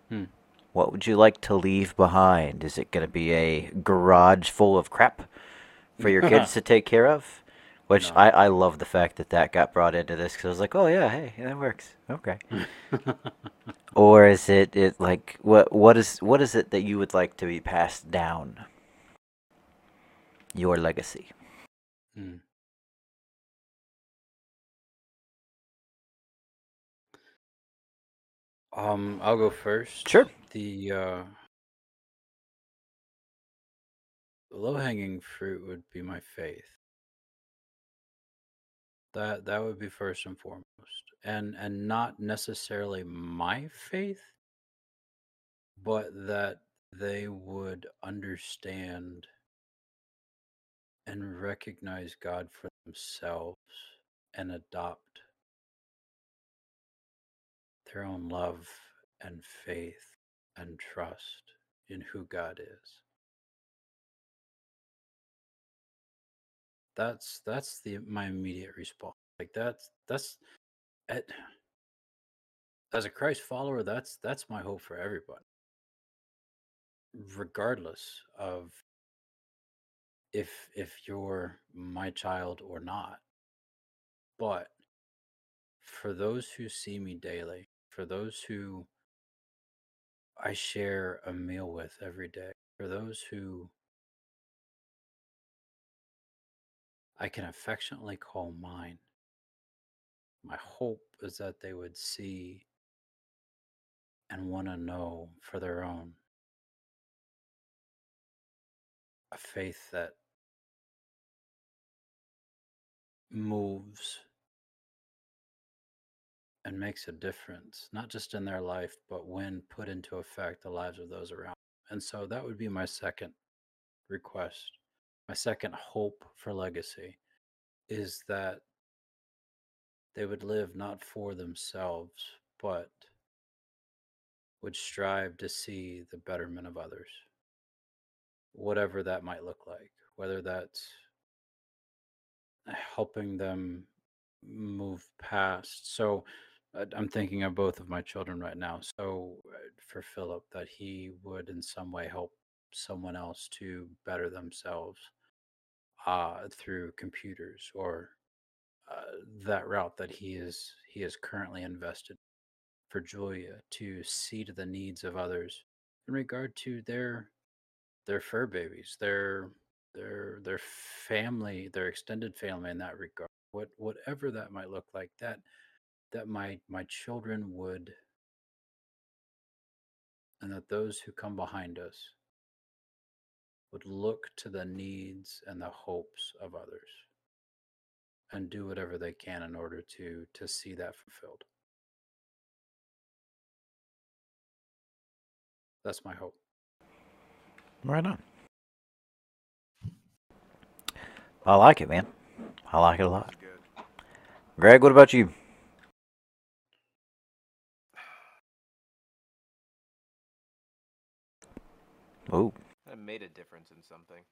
Hmm. What would you like to leave behind? Is it going to be a garage full of crap for your kids to take care of? Which No. I, I love the fact that that got brought into this because I was like, oh yeah, hey, that works. Okay. Hmm. or is it, it like what what is what is it that you would like to be passed down? Your legacy. Mm. Um, I'll go first. Sure. The uh, low hanging fruit would be my faith. That that would be first and foremost, and and not necessarily my faith, but that they would understand and recognize God for themselves and adopt their own love and faith and trust in who God is. That's that's the my immediate response. Like that's that's at, as a Christ follower, that's that's my hope for everybody. Regardless of if if you're my child or not but for those who see me daily for those who i share a meal with every day for those who i can affectionately call mine my hope is that they would see and want to know for their own a faith that moves and makes a difference, not just in their life, but when put into effect, the lives of those around. them. And so that would be my second request, my second hope for legacy is that they would live not for themselves, but would strive to see the betterment of others, whatever that might look like, whether that's helping them move past. So uh, I'm thinking of both of my children right now. So uh, for Philip, that he would in some way help someone else to better themselves uh, through computers or uh, that route that he is he is currently invested for Julia to see to the needs of others in regard to their their fur babies, their their their family, their extended family in that regard. What whatever that might look like, that that my my children would and that those who come behind us would look to the needs and the hopes of others and do whatever they can in order to to see that fulfilled. That's my hope. Right on. I like it, man. I like it a lot. That's good. Greg, what about you? Oh, That made a difference in something.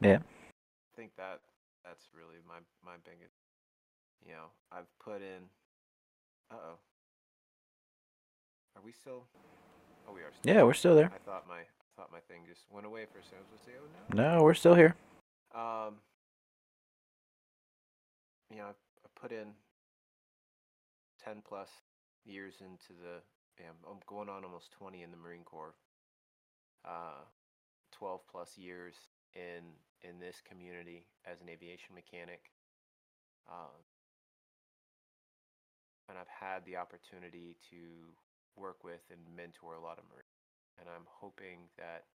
Yeah. I think that that's really my my biggest. You know, I've put in. Uh oh. Are we still? Oh, we are. Still. yeah, we're still there. I thought my I thought my thing just went away for a second. I was gonna say, oh no. No, we're still here. Um, you know, I, I put in ten plus years into the. Yeah, I'm going on almost twenty in the Marine Corps. Uh, twelve plus years in in this community as an aviation mechanic. Um, and I've had the opportunity to work with and mentor a lot of Marines. And I'm hoping that,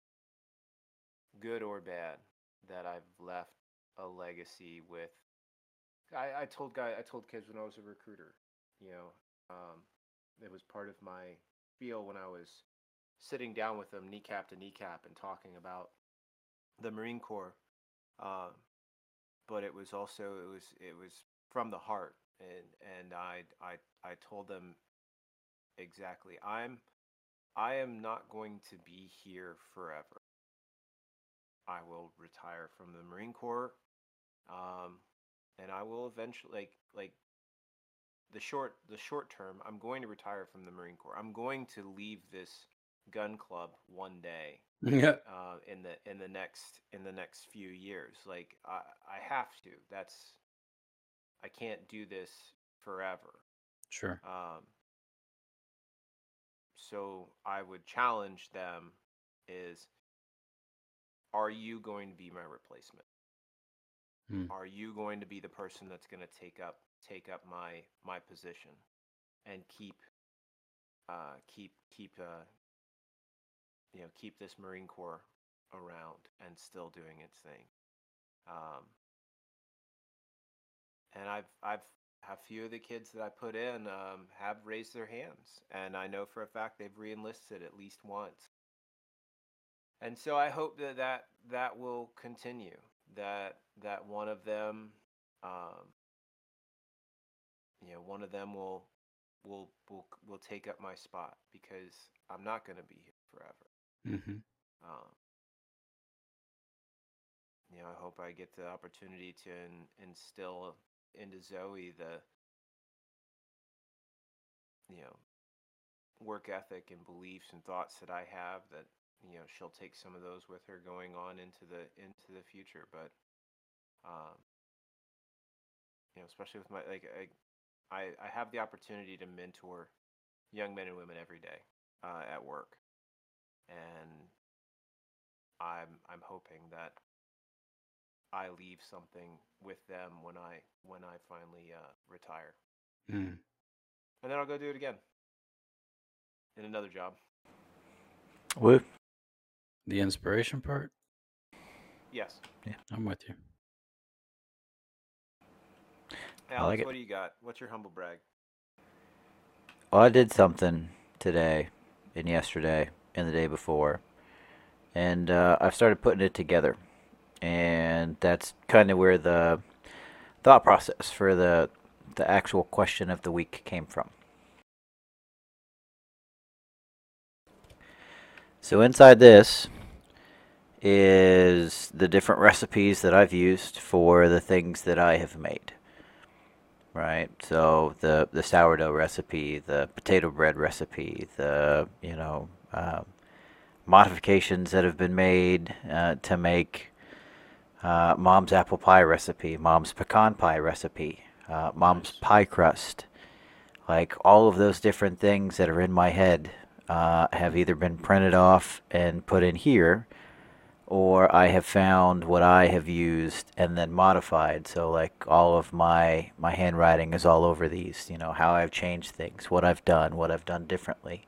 good or bad, that I've left a legacy with. I, I told guy I told kids when I was a recruiter, you know, um, it was part of my spiel when I was sitting down with them kneecap to kneecap and talking about the Marine Corps. Um, but it was also it was it was from the heart, and and I I I told them exactly I'm I am not going to be here forever. I will retire from the Marine Corps, um, and I will eventually like like the short the short term. I'm going to retire from the Marine Corps. I'm going to leave this gun club one day Yeah. uh, in the in the next in the next few years. Like I I have to. That's I can't do this forever. Sure. Um, so I would challenge them is are you going to be my replacement? Hmm. Are you going to be the person that's going to take up take up my my position and keep uh keep keep uh you know keep this Marine Corps around and still doing its thing. Um and I've I've a few of the kids that I put in um, have raised their hands, and I know for a fact they've reenlisted at least once. And so I hope that that, that will continue. That that one of them, um, you know, one of them will will will will take up my spot because I'm not going to be here forever. Mm-hmm. Um, you know, I hope I get the opportunity to in, instill into Zoe the, you know, work ethic and beliefs and thoughts that I have that you know she'll take some of those with her going on into the into the future. But, um, you know, especially with my like I, I I have the opportunity to mentor young men and women every day uh, at work, and I'm I'm hoping that I leave something with them when I when I finally uh, retire, Mm. and then I'll go do it again in another job. Woo. The inspiration part, Yes, I'm with you. Alex, like it. what do you got? What's your humble brag? Well, I did something today and yesterday and the day before, and uh, I've started putting it together, and that's kind of where the thought process for the the actual question of the week came from. So inside this is the different recipes that I've used for the things that I have made right? So the the sourdough recipe, the potato bread recipe, the you know um, modifications that have been made uh, to make uh, mom's apple pie recipe, mom's pecan pie recipe, uh, mom's Nice. pie crust, like all of those different things that are in my head uh, have either been printed off and put in here or I have found what I have used and then modified. So like all of my my handwriting is all over these, you know, how I've changed things, what I've done, what I've done differently.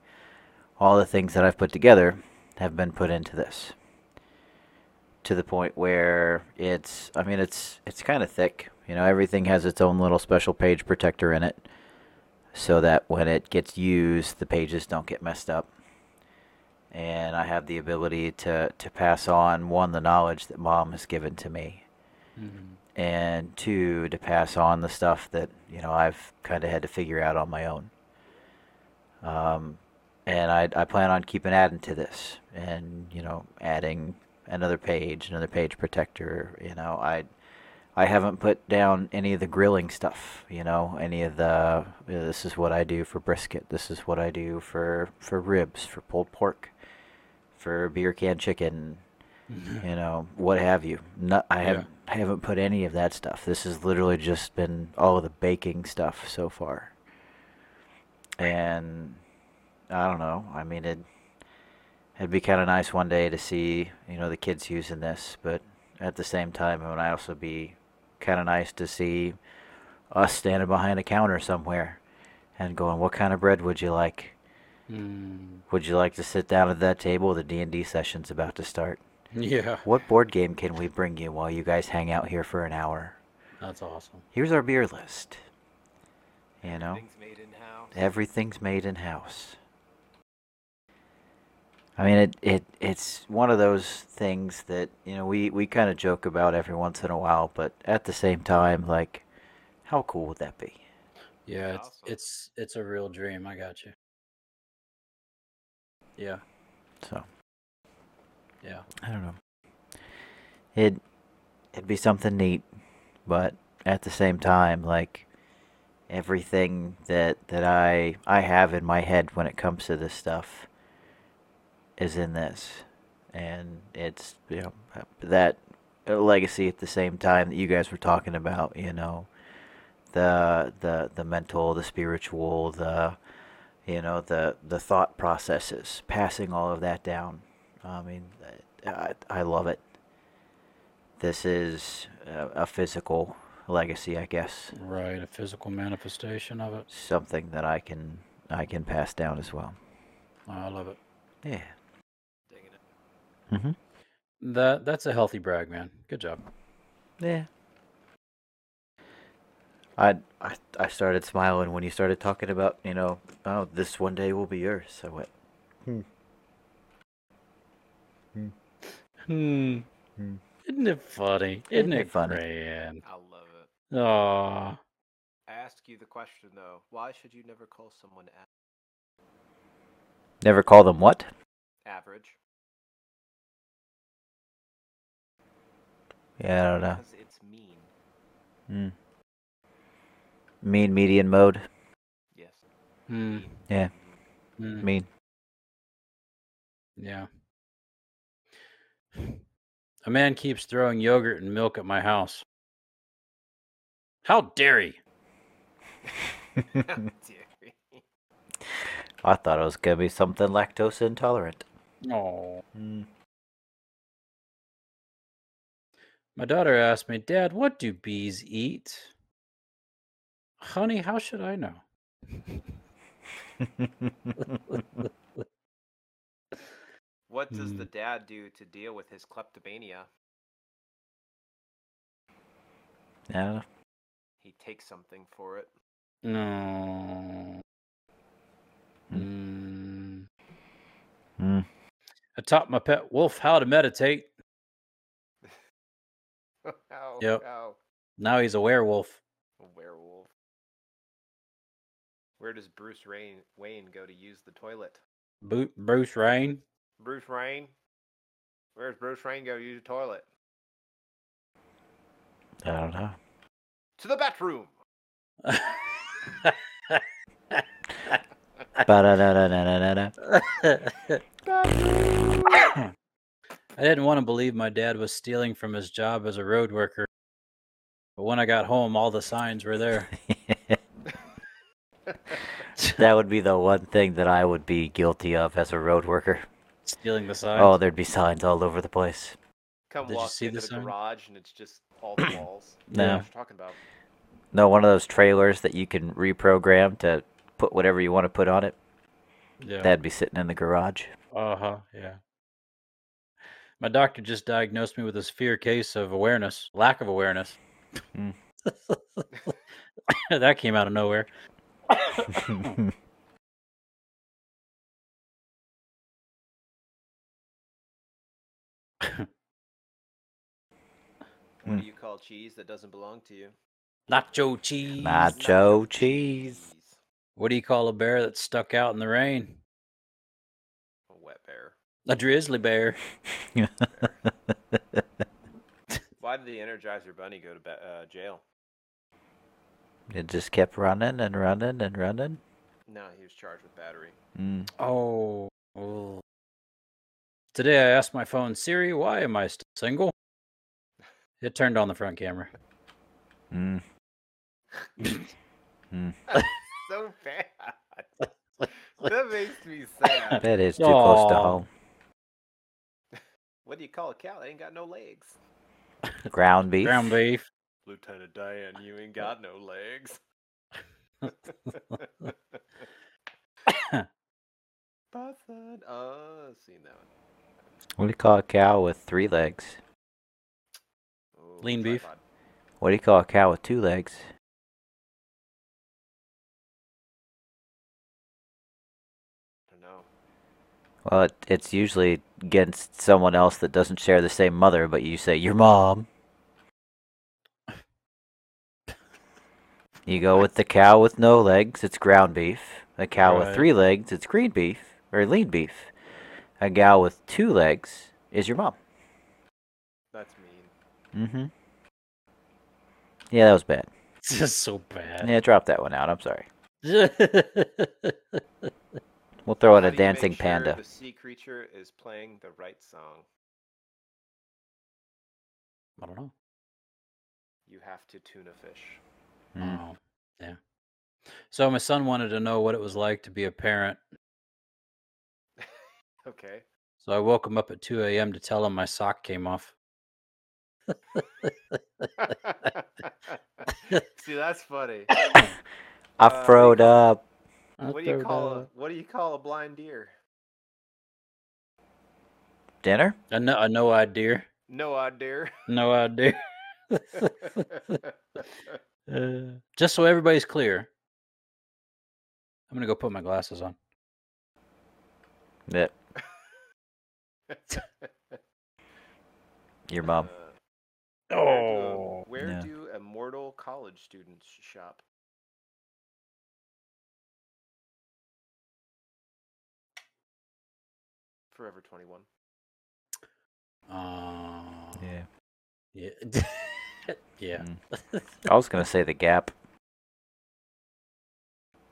All the things that I've put together have been put into this. To the point where it's I mean it's it's kind of thick. You know, everything has its own little special page protector in it so that when it gets used, the pages don't get messed up and I have the ability to, to pass on one the knowledge that mom has given to me, Mm-hmm. and two to pass on the stuff that you know I've kind of had to figure out on my own. Um, and I I plan on keeping adding to this, and you know adding another page, another page protector. You know I I haven't put down any of the grilling stuff. You know any of the you know, this is what I do for brisket. This is what I do for for ribs, for pulled pork, for beer can chicken Mm-hmm. you know, what have you. No, I Yeah. have I haven't put any of that stuff. This has literally just been all of the baking stuff so far. And I don't know. I mean, it it'd be kind of nice one day to see you know the kids using this, but at the same time, it would also be kind of nice to see us standing behind a counter somewhere and going, "What kind of bread would you like? Mm. Would you like to sit down at that table? The D and D session's about to start." Yeah. What board game can we bring you while you guys hang out here for an hour? That's awesome. Here's our beer list. You know, Things made in house. everything's made in house. I mean, it, it it's one of those things that you know we we kind of joke about every once in a while, but at the same time, like, how cool would that be? Yeah, it's Awesome. it's it's a real dream. I got you. Yeah, So yeah. I don't know. It it'd be something neat, but at the same time, like everything that that I I have in my head when it comes to this stuff is in this, and it's you know that legacy at the same time that you guys were talking about, you know, the the the mental, the spiritual, the you know the the thought processes, passing all of that down. I mean, I, I love it. This is a, a physical legacy, I guess. Right, a physical manifestation of it. Something that I can I can pass down as well. Oh, I love it. Yeah. Digging it. Mhm. That that's a healthy brag, man. Good job. Yeah. I, I I started smiling when you started talking about you know oh this one day will be yours. I went Hmm. Hmm. Isn't it funny? Isn't, it it funny? funny? I love it. Oh, I ask you the question though. Why should you never call someone a- never call them what? average? Yeah, I don't know. Because it's mean. Mm. Mean median mode. Yes. hmm. Yeah, hmm, mean. Yeah. A man keeps throwing yogurt and milk at my house. How dare he? Dairy. I thought it was gonna be something lactose intolerant. Oh. Hmm. Mm. My daughter asked me, Dad, what do bees eat? Honey, how should I know? What does Hmm. the dad do to deal with his kleptomania? yeah. He takes something for it. No. Mm. Mm. I taught my pet wolf how to meditate. oh, Yep. oh. Now he's a werewolf. A werewolf. Where does Bruce Rain, Wayne go to use the toilet? Bo- Bruce Rain. Bruce Rain? Where does Bruce Rain go to use the toilet? I don't know. To the bathroom! Ba-da-da-da-da-da-da. I didn't want to believe my dad was stealing from his job as a road worker. But when I got home, all the signs were there. that would be the one thing that I would be guilty of as a road worker. stealing the signs. Oh, there'd be signs all over the place. Come Did you walk see into the the sign? garage and it's just all the walls. No. What you talking about? No, one of those trailers that you can reprogram to put whatever you want to put on it. yeah. That'd be sitting in the garage. Uh huh. Yeah. My doctor just diagnosed me with a severe case of awareness, lack of awareness. Mm. that came out of nowhere. What Hmm. do you call cheese that doesn't belong to you? Nacho cheese. Nacho cheese. Cheese. What do you call a bear that's stuck out in the rain? A wet bear. A drizzly bear. Why did the Energizer Bunny go to ba- uh, jail? It just kept running and running and running. No, he was charged with battery. Mm. Oh. oh. Today I asked my phone, Siri, why am I still single? It turned on the front camera. Mm. So bad. that makes me sad. That is too close to Aw. home. What do you call a cow that ain't got no legs? Ground beef. Ground beef. Lieutenant Diane, you ain't got no legs. Buzzard. Oh, seen that one. What do you call a cow with three legs? Ooh, Lean beef. tripod. What do you call a cow with two legs? I don't know. Well, it, it's usually against someone else that doesn't share the same mother, but you say your mom. You go with the cow with no legs, it's ground beef. A cow with Right. three legs, it's green beef or lean beef. A gal with two legs is your mom. That's mean. Mm-hmm. Yeah, that was bad. It's just so bad. Yeah, drop that one out. I'm sorry. That's We'll throw in How a do you make dancing sure panda. The sea creature is playing the right song. I don't know. You have to tuna fish. Mm. Oh, yeah. So my son wanted to know what it was like to be a parent. Okay. So I woke him up at 2 a.m. to tell him my sock came off. See, that's funny. I Uh, froed up. What do you call a what do you call a blind deer? Dinner? I know. I no idea. No odd deer. No idea. Uh, just so everybody's clear, I'm gonna go put my glasses on. Yep. Your mom. Uh, Oh, where do, Yeah. immortal college students shop? Forever 21. Uh, Yeah. yeah, yeah. Mm. Mm. I was gonna say the gap.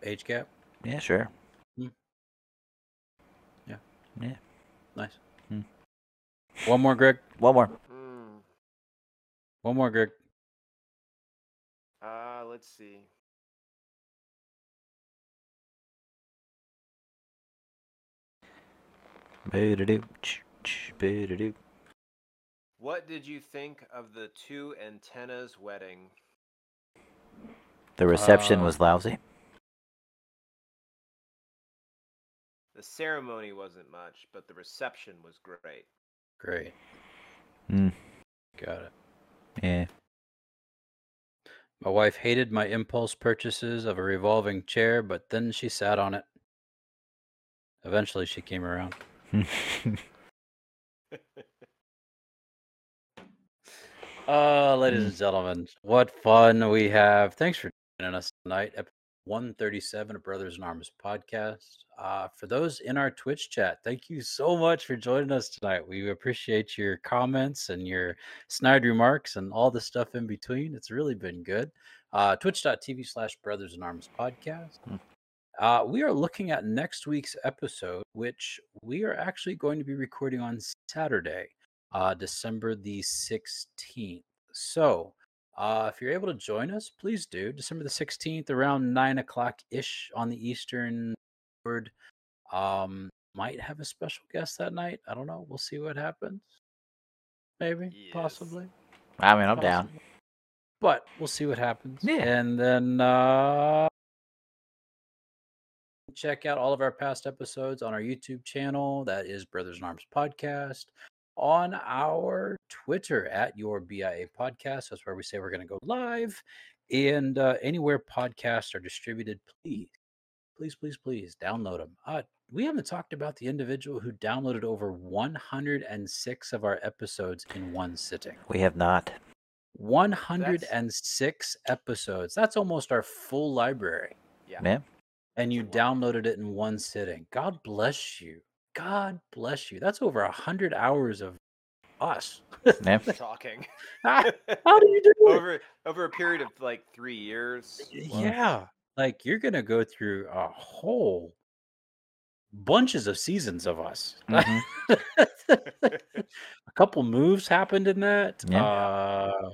Age gap. Yeah, sure. Nice. Hmm. One more, Greg. One more. Mm, One more, Greg. uh, let's see. Boo-doo-doo, ch- ch- boo-doo-doo. What did you think of the two antennas wedding? The reception Uh, was lousy. The ceremony wasn't much, but the reception was great. Great. Mm. Got it. Yeah. My wife hated my impulse purchases of a revolving chair, but then she sat on it. Eventually, she came around. Uh, ladies Mm. and gentlemen, what fun we have. Thanks for joining us tonight. Episode 137 of Brothers in Arms podcast. Uh, for those in our Twitch chat, thank you so much for joining us tonight. We appreciate your comments and your snide remarks and all the stuff in between. It's really been good. Uh, Twitch.tv slash Brothers in Arms podcast. Mm. Uh, we are looking at next week's episode, which we are actually going to be recording on Saturday, uh, December the 16th. So, uh, if you're able to join us, please do. December the 16th, around 9 o'clock ish on the Eastern Board. Um, might have a special guest that night. I don't know. We'll see what happens. Maybe, Yes. possibly. I mean, I'm down. possibly. But we'll see what happens. Yeah. And then uh, check out all of our past episodes on our YouTube channel. That is Brothers in Arms Podcast. On our Twitter at your BIA podcast. That's where we say we're going to go live. And uh, anywhere podcasts are distributed, please, please, please, please download them. Uh, we haven't talked about the individual who downloaded over 106 of our episodes in one sitting. We have not. 106 episodes. That's almost our full library. Yeah. Yeah. And you That's a lot. downloaded it in one sitting. God bless you. God bless you. That's over a 100 hours of us. Yeah. Talking. Ah, How do you do it? over over a period of like three years. Wow. Yeah. Like you're going to go through a whole bunches of seasons of us. Mhm. a couple moves happened in that. Yeah. Uh,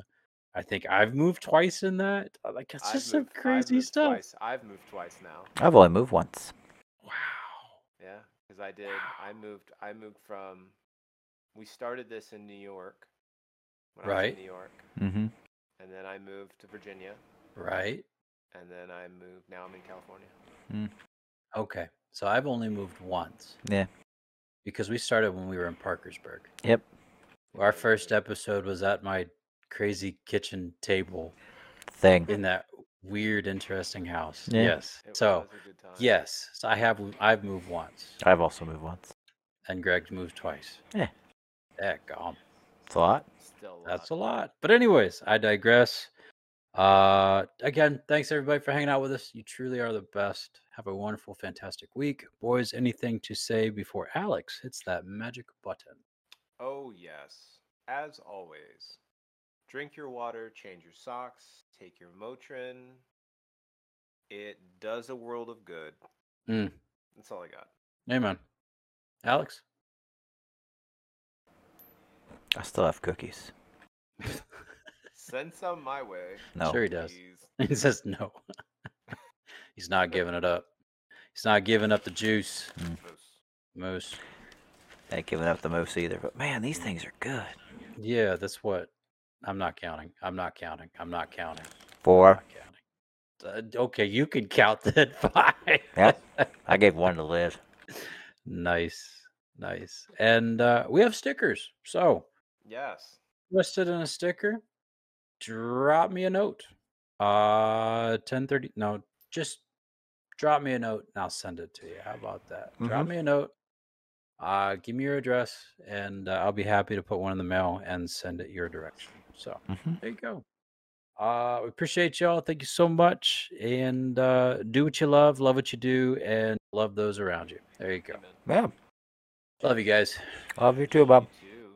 I think I've moved twice in that. Uh, Like it's I've just some moved- I've crazy moved stuff. Twice. I've moved twice now. I've only moved once. Wow. Yeah, because I did. I moved. I moved from. We started this in New York. When I was Right. in New York, Mm-hmm. and then I moved to Virginia, Right. and then I moved. Now I'm in California. Okay. So I've only moved once. Yeah. Because we started when we were in Parkersburg. Yep. Our first episode was at my crazy kitchen table Thing. in that weird, interesting house. Yeah. Yes. It So was a good time. yes. So I have I've moved once. I've also moved once. and Greg moves twice. Yeah. Heck, um, Thought. Still, a that's a lot. lot. But anyways, I digress. Uh, again, thanks everybody for hanging out with us. You truly are the best. Have a wonderful, fantastic week, boys. Anything to say before Alex hits that magic button? Oh yes, as always. Drink your water, change your socks, take your Motrin. It does a world of good. Mm. That's all I got. Amen. Alex. I still have cookies. Send some my way. No. Sure he does. Please. He says no. He's not giving it up. He's not giving up the juice, Gross. Moose. Ain't giving up the most either. But man, these things are good. Yeah, that's what. I'm not counting. I'm not counting. I'm not counting. I'm Four. not counting. Uh, okay, you can count that five. Yep. I gave one to Liz. nice, nice. And uh, we have stickers. So Yes. interested in a sticker? Drop me a note. Uh, ten thirty. No, just drop me a note and I'll send it to you. How about that? Drop me a note. Uh, give me your address and uh, I'll be happy to put one in the mail and send it your direction. So. Mm-hmm. There you go. Uh, we appreciate y'all. Thank you so much. And uh, do what you love, love what you do, and love those around you. There you go. Amen. Yeah. Love you guys. Love you too, Bob. You too.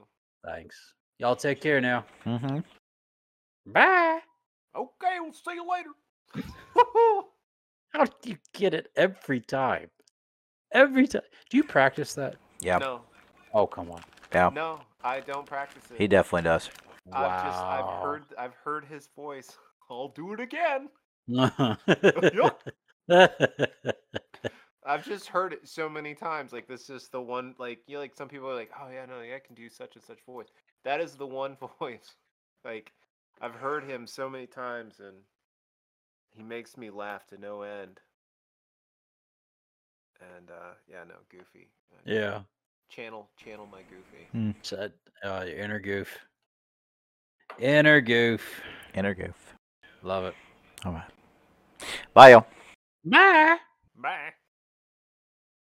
Thanks. Y'all take care now. Mm-hmm. Bye. Okay, we'll see you later. How do you get it every time? Every time. Do you practice that? Yeah. No, Oh, come on. Yeah. no, I don't practice it. He definitely does. I've just I've Wow. heard I've heard his voice. I'll do it again. I've just heard it so many times. Like this is the one. Like you know, like some people are like, oh yeah, no, yeah, I can do such and such voice. That is the one voice. Like I've heard him so many times, and he makes me laugh to no end. And uh yeah, no, Goofy. I yeah. Channel channel my Goofy. Said, uh, your inner goof. Inner goof. Inner goof. Love it. All right. Bye, y'all. Bye. Bye.